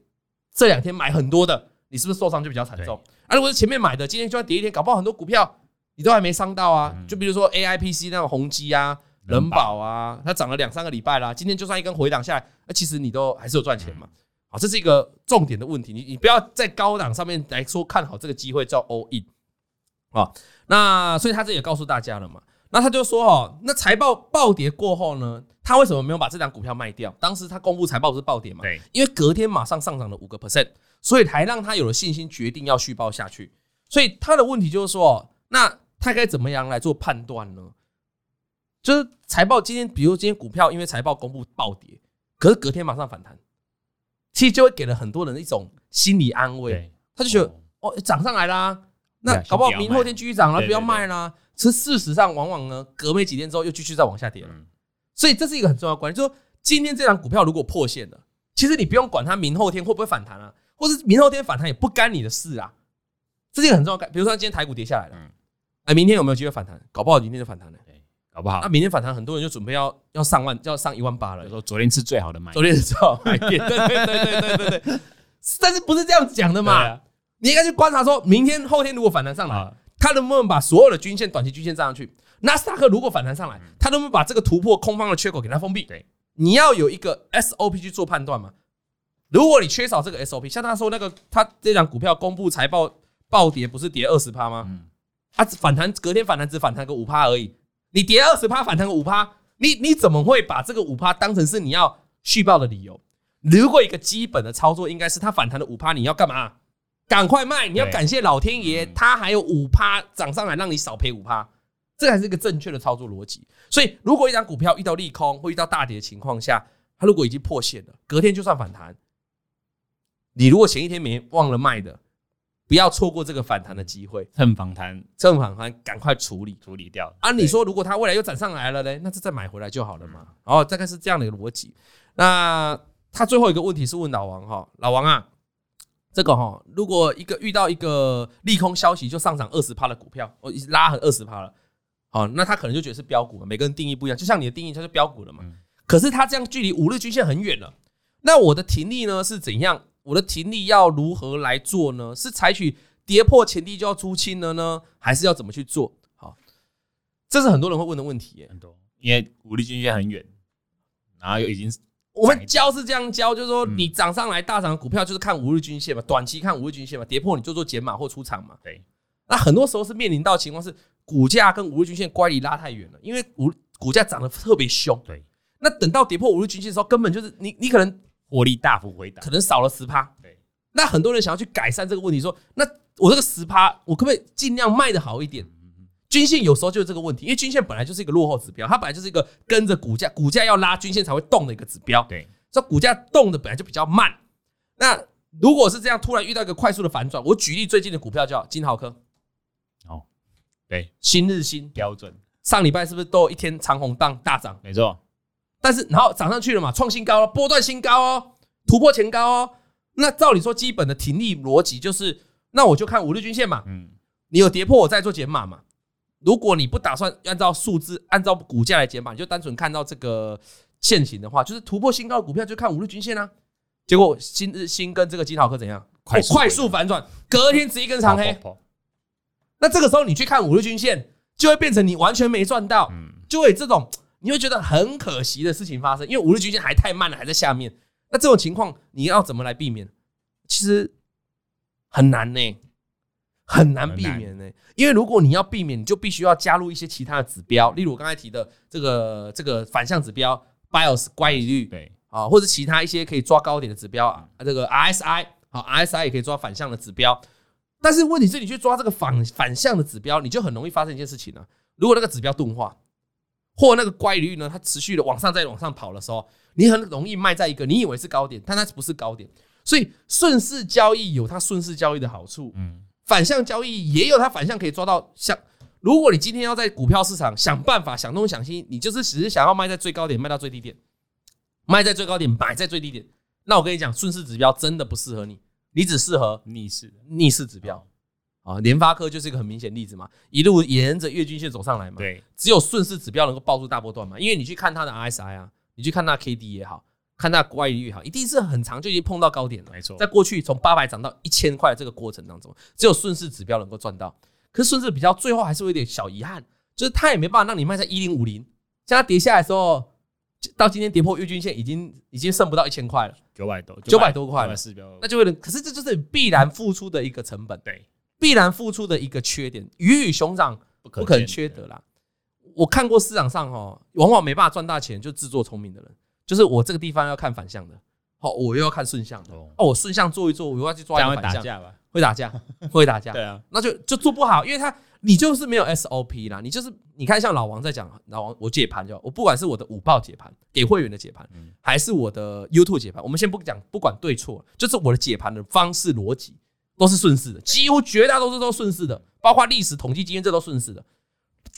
[SPEAKER 1] 这两天买很多的，你是不是受伤就比较惨重？啊，如果是前面买的，今天就算跌一天，搞不好很多股票你都还没伤到啊。
[SPEAKER 2] 嗯
[SPEAKER 1] 就比如说 AIPC 那种宏基啊、
[SPEAKER 2] 人
[SPEAKER 1] 人保啊，它涨了两三个礼拜啦，今天就算一根回档下来，那其实你都还是有赚钱
[SPEAKER 2] 嗯
[SPEAKER 1] 嘛。好，这是一个重点的问题，你你不要在高档上面来说看好这个机会叫 all in 啊。那所以他这也告诉大家了嘛。那他就说哦，那财报暴跌过后呢，他为什么没有把这档股票卖掉？当时他公布财报不是暴跌嘛？
[SPEAKER 2] 对，
[SPEAKER 1] 因为隔天马上上涨了五个 percent，所以才让他有了信心决定要续报下去。所以他的问题就是说，那他该怎么样来做判断呢？就是财报今天，比如今天股票因为财报公布暴跌，可是隔天马上反弹，其实就会给了很多人一种心理安慰，
[SPEAKER 2] 对，
[SPEAKER 1] 他就觉得
[SPEAKER 2] 哦
[SPEAKER 1] 哦涨上来啦，那
[SPEAKER 2] 对啊先
[SPEAKER 1] 搞不好
[SPEAKER 2] 不要
[SPEAKER 1] 明
[SPEAKER 2] 卖
[SPEAKER 1] 后天继续涨了，
[SPEAKER 2] 对
[SPEAKER 1] 不要
[SPEAKER 2] 对对
[SPEAKER 1] 卖啦。其实事实上，往往呢，隔没几天之后又继续再往下跌了。
[SPEAKER 2] 嗯
[SPEAKER 1] 所以这是一个很重要的观念，就是说今天这档股票如果破线了，其实你不用管它明后天会不会反弹啊，或是明后天反弹也不干你的事啊。这是一个很重要的概，比如说今天台股跌下来了，
[SPEAKER 2] 嗯
[SPEAKER 1] 哎，明天有没有机会反弹？搞不好明天就反弹了。
[SPEAKER 2] 搞不
[SPEAKER 1] 那
[SPEAKER 2] 好，
[SPEAKER 1] 明天反弹，很多人就准备要要上万，要上一万八了
[SPEAKER 2] 就。说昨天是最好的买
[SPEAKER 1] 昨天是 好买点，对对对对对对对。但是不是这样讲的
[SPEAKER 2] 对
[SPEAKER 1] 嘛
[SPEAKER 2] 啊？
[SPEAKER 1] 你应该去观察，说明天、后天如果反弹上来，
[SPEAKER 2] 啊，
[SPEAKER 1] 它能不能把所有的均线、短期均线站上去？纳斯达克如果反弹上来，它能不能把这个突破空方的缺口给它封闭？
[SPEAKER 2] 对，
[SPEAKER 1] 你要有一个 SOP 去做判断嘛。如果你缺少这个 SOP，像他说那个，他这档股票公布财报暴跌，不是跌二十趴吗？
[SPEAKER 2] 嗯，
[SPEAKER 1] 啊，只反弹隔天反弹只反弹个五趴而已，你跌二十趴反弹个五趴，你你怎么会把这个五趴当成是你要续报的理由？如果一个基本的操作应该是它反弹的五趴，你要干嘛？赶快卖！你要
[SPEAKER 2] 对
[SPEAKER 1] 感谢老天爷，
[SPEAKER 2] 嗯
[SPEAKER 1] 它还有五趴涨上来，让你少赔五趴，这才是一个正确的操作逻辑。所以，如果一张股票遇到利空或遇到大跌的情况下，它如果已经破线了，隔天就算反弹，你如果前一天没忘了卖的，不要错过这个反弹的机会。
[SPEAKER 2] 趁反弹
[SPEAKER 1] 正反弹赶快处理。
[SPEAKER 2] 处理掉。
[SPEAKER 1] 啊，你
[SPEAKER 2] 对，
[SPEAKER 1] 说如果它未来又涨上来了呢，那就再买回来就好了嘛。哦，大概是这样的一个逻辑。那他最后一个问题是问老王哈，老王啊，这个哈，如果一个遇到一个利空消息就上涨二十趴的股票，哦，拉很二十趴了，哦，那他可能就觉得是标股嘛。每个人定义不一样，就像你的定义，它是标股了嘛。
[SPEAKER 2] 嗯
[SPEAKER 1] 可是它这样距离五日均线很远了，那我的停利呢是怎样？我的停利要如何来做呢？是采取跌破前低就要出清了呢，还是要怎么去做？好，这是很多人会问的问题、耶。
[SPEAKER 2] 很多，因为武力均线很远，然后又已经
[SPEAKER 1] 我们教是这样教，就是说
[SPEAKER 2] 嗯
[SPEAKER 1] 你涨上来大涨的股票就是看五日均线嘛，短期看五日均线嘛，跌破你就做减码或出场嘛。
[SPEAKER 2] 对，
[SPEAKER 1] 那很多时候是面临到情况是股价跟五日均线乖离拉太远了，因为股股价涨得特别凶。
[SPEAKER 2] 对，
[SPEAKER 1] 那等到跌破五日均线的时候，根本就是你你可能
[SPEAKER 2] 获利大幅回档
[SPEAKER 1] 可。能少了十趴，
[SPEAKER 2] 对，
[SPEAKER 1] 那很多人想要去改善这个问题，说那我这个十趴，我可不可以尽量卖的好一点？
[SPEAKER 2] 嗯
[SPEAKER 1] 均线有时候就是这个问题，因为均线本来就是一个落后指标，它本来就是一个跟着股价，股价要拉均线才会动的一个指标。
[SPEAKER 2] 对，
[SPEAKER 1] 所以股价动的本来就比较慢。那如果是这样，突然遇到一个快速的反转，我举例最近的股票叫金豪科、
[SPEAKER 2] 哦，对，
[SPEAKER 1] 新日新，
[SPEAKER 2] 标准，
[SPEAKER 1] 上礼拜是不是都有一天长红棒大涨？
[SPEAKER 2] 没错，
[SPEAKER 1] 但是然后涨上去了嘛，创新高了，波段新高哦，突破前高哦。那照理说，基本的停利逻辑就是，那我就看五日均线嘛，
[SPEAKER 2] 嗯，
[SPEAKER 1] 你有跌破我再做减码嘛。如果你不打算按照数字、按照股价来减码，你就单纯看到这个现行的话，就是突破新高的股票就看五日均线啊。结果新日新跟这个金豪科怎样？
[SPEAKER 2] 快
[SPEAKER 1] 哦
[SPEAKER 2] 速
[SPEAKER 1] 快速反转，隔天直接一根长黑。
[SPEAKER 2] 跑，跑跑
[SPEAKER 1] 那这个时候你去看五日均线，就会变成你完全没赚到。
[SPEAKER 2] 嗯，
[SPEAKER 1] 就会有这种你会觉得很可惜的事情发生，因为五日均线还太慢了，还在下面。那这种情况你要怎么来避免？其实很难呢、很难避免呢、因为如果你要避免，你就必须要加入一些其他的指标，例如我刚才提的这个这个反向指标 BIOS 乖离率，
[SPEAKER 2] 对，
[SPEAKER 1] 啊，或者其他一些可以抓高点的指标啊，这个 RSI 好、RSI 也可以抓反向的指标。但是问题是，你去抓这个反反向的指标，你就很容易发生一件事情了、如果那个指标钝化，或那个乖离率呢，它持续的往上再往上跑的时候，你很容易卖在一个你以为是高点，但它不是高点。所以顺势交易有它顺势交易的好处，
[SPEAKER 2] 嗯，
[SPEAKER 1] 反向交易也有它反向可以抓到像。如果你今天要在股票市场想办法想东想西，你就是只是想要卖在最高点，卖到最低点，卖在最高点，买在最低点。那我跟你讲，顺势指标真的不适合你，你只适合
[SPEAKER 2] 逆势的，
[SPEAKER 1] 逆势指标啊。联发科就是一个很明显的例子嘛，一路沿着月均线走上来嘛。
[SPEAKER 2] 对，
[SPEAKER 1] 只有顺势指标能够抱住大波段嘛，因为你去看它的 RSI 啊，你去看它的 KD 也好，看它的乖离率也好，一定是很长就已经碰到高点了。
[SPEAKER 2] 没错
[SPEAKER 1] 在过去从八百涨到一千块的这个过程当中，只有顺势指标能够赚到。可是顺势比较最后还是会有点小遗憾，就是它也没办法让你卖在一零五零，像它跌下来的时候，到今天跌破月均线已经已经剩不到一千块了，
[SPEAKER 2] 九百多，
[SPEAKER 1] 900多块了
[SPEAKER 2] 四标，
[SPEAKER 1] 那就会有点可是这就是必然付出的一个成本，
[SPEAKER 2] 对，
[SPEAKER 1] 必然付出的一个缺点，鱼与熊掌
[SPEAKER 2] 不
[SPEAKER 1] 不可
[SPEAKER 2] 见
[SPEAKER 1] 能缺德
[SPEAKER 2] 的，
[SPEAKER 1] 啦。我看过市场上哦，往往没办法赚大钱就自作聪明的人，就是我这个地方要看反向的，好、我又要看顺向的，
[SPEAKER 2] 哦，
[SPEAKER 1] 哦，我顺向做一做，我又要去
[SPEAKER 2] 这
[SPEAKER 1] 抓
[SPEAKER 2] 样
[SPEAKER 1] 一
[SPEAKER 2] 会
[SPEAKER 1] 个
[SPEAKER 2] 打
[SPEAKER 1] 反向，
[SPEAKER 2] 架吧？
[SPEAKER 1] 会 打架，会打架，
[SPEAKER 2] 对啊，
[SPEAKER 1] 那就就做不好，因为他你就是没有 SOP 啦，你就是你看像老王在讲，啊老王我解盘就好，我不管是我的五报解盘给会员的解盘，
[SPEAKER 2] 嗯
[SPEAKER 1] 还是我的 YouTube 解盘，我们先不讲不管对错，就是我的解盘的方式逻辑都是顺势的，几乎绝大多数都是顺势的，包括历史统计经验这都顺势的，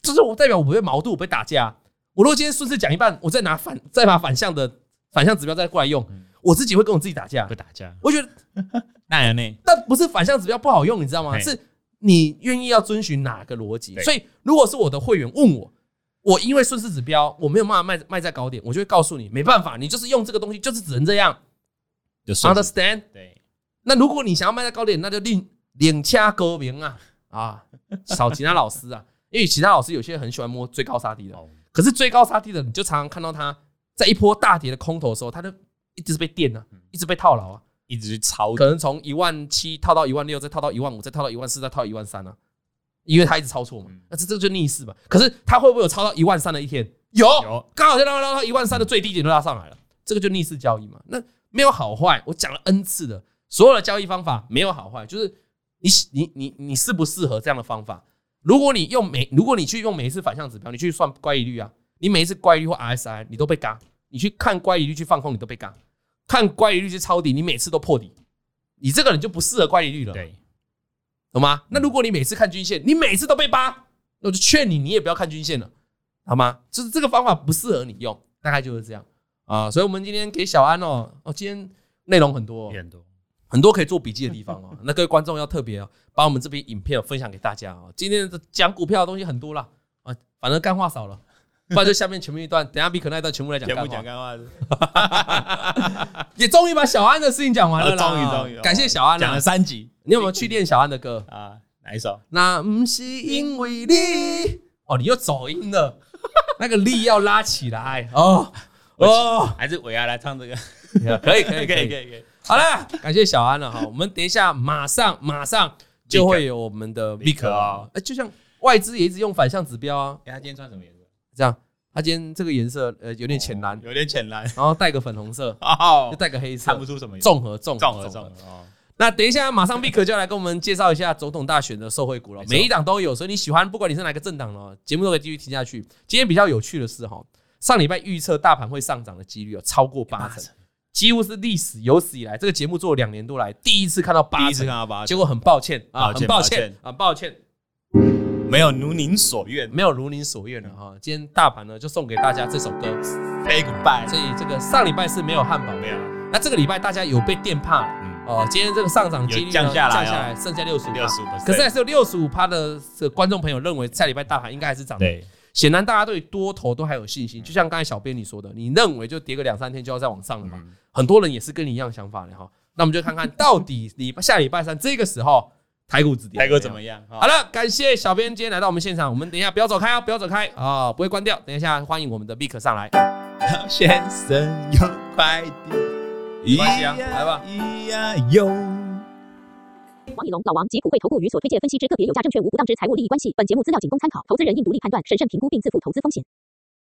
[SPEAKER 1] 就是我代表我不会矛盾，我不会打架。啊我如果今天顺势讲一半，我再拿反再把反向的反向指标再过来用
[SPEAKER 2] 嗯，
[SPEAKER 1] 我自己会跟我自己打架啊
[SPEAKER 2] 不。打架，
[SPEAKER 1] 我觉得
[SPEAKER 2] 当然呢，
[SPEAKER 1] 但不是反向指标不好用，你知道吗？
[SPEAKER 2] 嘿
[SPEAKER 1] 是你愿意要遵循哪个逻辑。
[SPEAKER 2] 对
[SPEAKER 1] 所以，如果是我的会员问我，我因为顺势指标我没有办法卖卖在高点，我就会告诉你，没办法，你就是用这个东西，就是只能这样。
[SPEAKER 2] 就顺势
[SPEAKER 1] Understand？
[SPEAKER 2] 对，
[SPEAKER 1] 那如果你想要卖在高点，那就另另掐高明啊啊，少其他老师啊。 因为其他老师有些很喜欢摸追高杀低的，
[SPEAKER 2] 哦
[SPEAKER 1] 可是追高杀低的，你就常常看到他在一波大跌的空头的时候，他就一直被电啊，
[SPEAKER 2] 嗯
[SPEAKER 1] 一直被套牢啊，
[SPEAKER 2] 一直去抄底
[SPEAKER 1] 可能从一万七套到一万六，再套到一万五，再套到一万四，再套到一万三啊，因为他一直抄错嘛
[SPEAKER 2] 嗯，
[SPEAKER 1] 那这这就逆势嘛。可是他会不会有抄到一万三的一天？有
[SPEAKER 2] 有，
[SPEAKER 1] 刚好就拉拉到一万三的最低点就拉上来了，这个就逆势交易嘛。那没有好坏，我讲了 n 次的，所有的交易方法没有好坏，就是你喜你你你适不适合这样的方法。如果你用每如果你去用每一次反向指标，你去算乖离率啊，你每一次乖离率或 RSI 你都被嘎，你去看乖离率去放空你都被嘎，看乖离率去抄底，你每次都破底，你这个人就不适合乖离率了，
[SPEAKER 2] 对，
[SPEAKER 1] 懂吗？那如果你每次看均线，你每次都被扒，那我就劝你，你也不要看均线了，好吗？就是这个方法不适合你用，大概就是这样啊。所以我们今天给小安哦，哦，今天内容很多哦、
[SPEAKER 2] 也很多。
[SPEAKER 1] 很多可以做笔记的地方哦。 那各位观众要特别哦，把我们这篇影片分享给大家哦。今天的讲股票的东西很多啦，啊，反正干话少了， 不然就下面前面一段，等一下 B 可那一段全部来讲
[SPEAKER 2] 全
[SPEAKER 1] 干
[SPEAKER 2] 部
[SPEAKER 1] 话。
[SPEAKER 2] 讲啊干话，
[SPEAKER 1] 也终于把小安的事情讲完了啦，
[SPEAKER 2] 哦终于终于，
[SPEAKER 1] 感谢小安啊
[SPEAKER 2] 讲
[SPEAKER 1] 啦
[SPEAKER 2] 了。三集
[SPEAKER 1] 你有没有去练小安的歌？
[SPEAKER 2] 啊，哪一首？
[SPEAKER 1] 那不是因为你哦，你又走音了， 那个力要拉起来哦哦，
[SPEAKER 2] 还是伟亚来唱这个？
[SPEAKER 1] 可以可以
[SPEAKER 2] 可
[SPEAKER 1] 可
[SPEAKER 2] 以
[SPEAKER 1] 以
[SPEAKER 2] 可，以可以。
[SPEAKER 1] 好了，感谢小安了哈，我们等一下马上马上就会有我们的
[SPEAKER 2] Vic
[SPEAKER 1] Vic 啊，哎，就像外资也一直用反向指标啊，
[SPEAKER 2] 哎，他今天穿什么颜色？
[SPEAKER 1] 这样，他今天这个颜色呃有
[SPEAKER 2] 有
[SPEAKER 1] 点浅蓝，
[SPEAKER 2] 哦有点浅蓝
[SPEAKER 1] 然后带个粉红色，
[SPEAKER 2] 哦
[SPEAKER 1] 又，带个黑色
[SPEAKER 2] 看不，出什么
[SPEAKER 1] 综合综
[SPEAKER 2] 综合综合哦。
[SPEAKER 1] 那等一下，马上 Vic 就要来跟我们介绍一下总统大选的受惠股了
[SPEAKER 2] 没。错
[SPEAKER 1] 每一档都有，所以你喜欢，不管你是哪个政党了，节目都可以继续听下去。今天比较有趣的是哈，哦上礼拜预测大盘会上涨的几率有哦超过八成，几乎是历史有史以来这个节目做了两年多来第一次看到
[SPEAKER 2] 第
[SPEAKER 1] 八
[SPEAKER 2] 一次
[SPEAKER 1] 成
[SPEAKER 2] 看，到八成，
[SPEAKER 1] 结果很抱歉
[SPEAKER 2] 抱
[SPEAKER 1] 啊，
[SPEAKER 2] 歉
[SPEAKER 1] 很抱
[SPEAKER 2] 抱
[SPEAKER 1] 歉
[SPEAKER 2] 歉，
[SPEAKER 1] 很抱歉，
[SPEAKER 2] 没有如您所愿。
[SPEAKER 1] 没有如您所愿了哈。今天大盘呢就送给大家这首歌，
[SPEAKER 2] Say goodbye，
[SPEAKER 1] 所以这个上礼拜是没有汉堡
[SPEAKER 2] 没
[SPEAKER 1] 的，
[SPEAKER 2] 有，
[SPEAKER 1] 那这个礼拜大家有被电怕了
[SPEAKER 2] 嗯，
[SPEAKER 1] 哦，今天这个上涨几率呢
[SPEAKER 2] 有降下来
[SPEAKER 1] 降
[SPEAKER 2] 哦
[SPEAKER 1] 下来，剩下六十五，
[SPEAKER 2] 六十五 p
[SPEAKER 1] 可是还是有六十五趴的这个观众朋友认为下礼拜大盘应该还是涨的。
[SPEAKER 2] 对，
[SPEAKER 1] 显然大家对多头都还有信心，就像刚才小编你说的，你认为就跌个两三天就要再往上了嘛？
[SPEAKER 2] 嗯
[SPEAKER 1] 很多人也是跟你一样想法的哈。那我们就看看到底礼拜下礼拜三这个时候台股止跌，
[SPEAKER 2] 泰哥怎么？样？哦哈
[SPEAKER 1] 好了，感谢小编今天来到我们现场，我们等一下不要走开啊，不要走开啊、不会关掉，等一下欢迎我们的 b i c 上来。
[SPEAKER 2] 老先生有快递，
[SPEAKER 1] 没关系啊来吧
[SPEAKER 2] 咿呀哟。
[SPEAKER 3] 王以龙、老王及普惠投顾与所推介分析之个别有价证券无不当之财务利益关系。本节目资料仅供参考，投资人应独立判断、审慎评估并自负投资风险。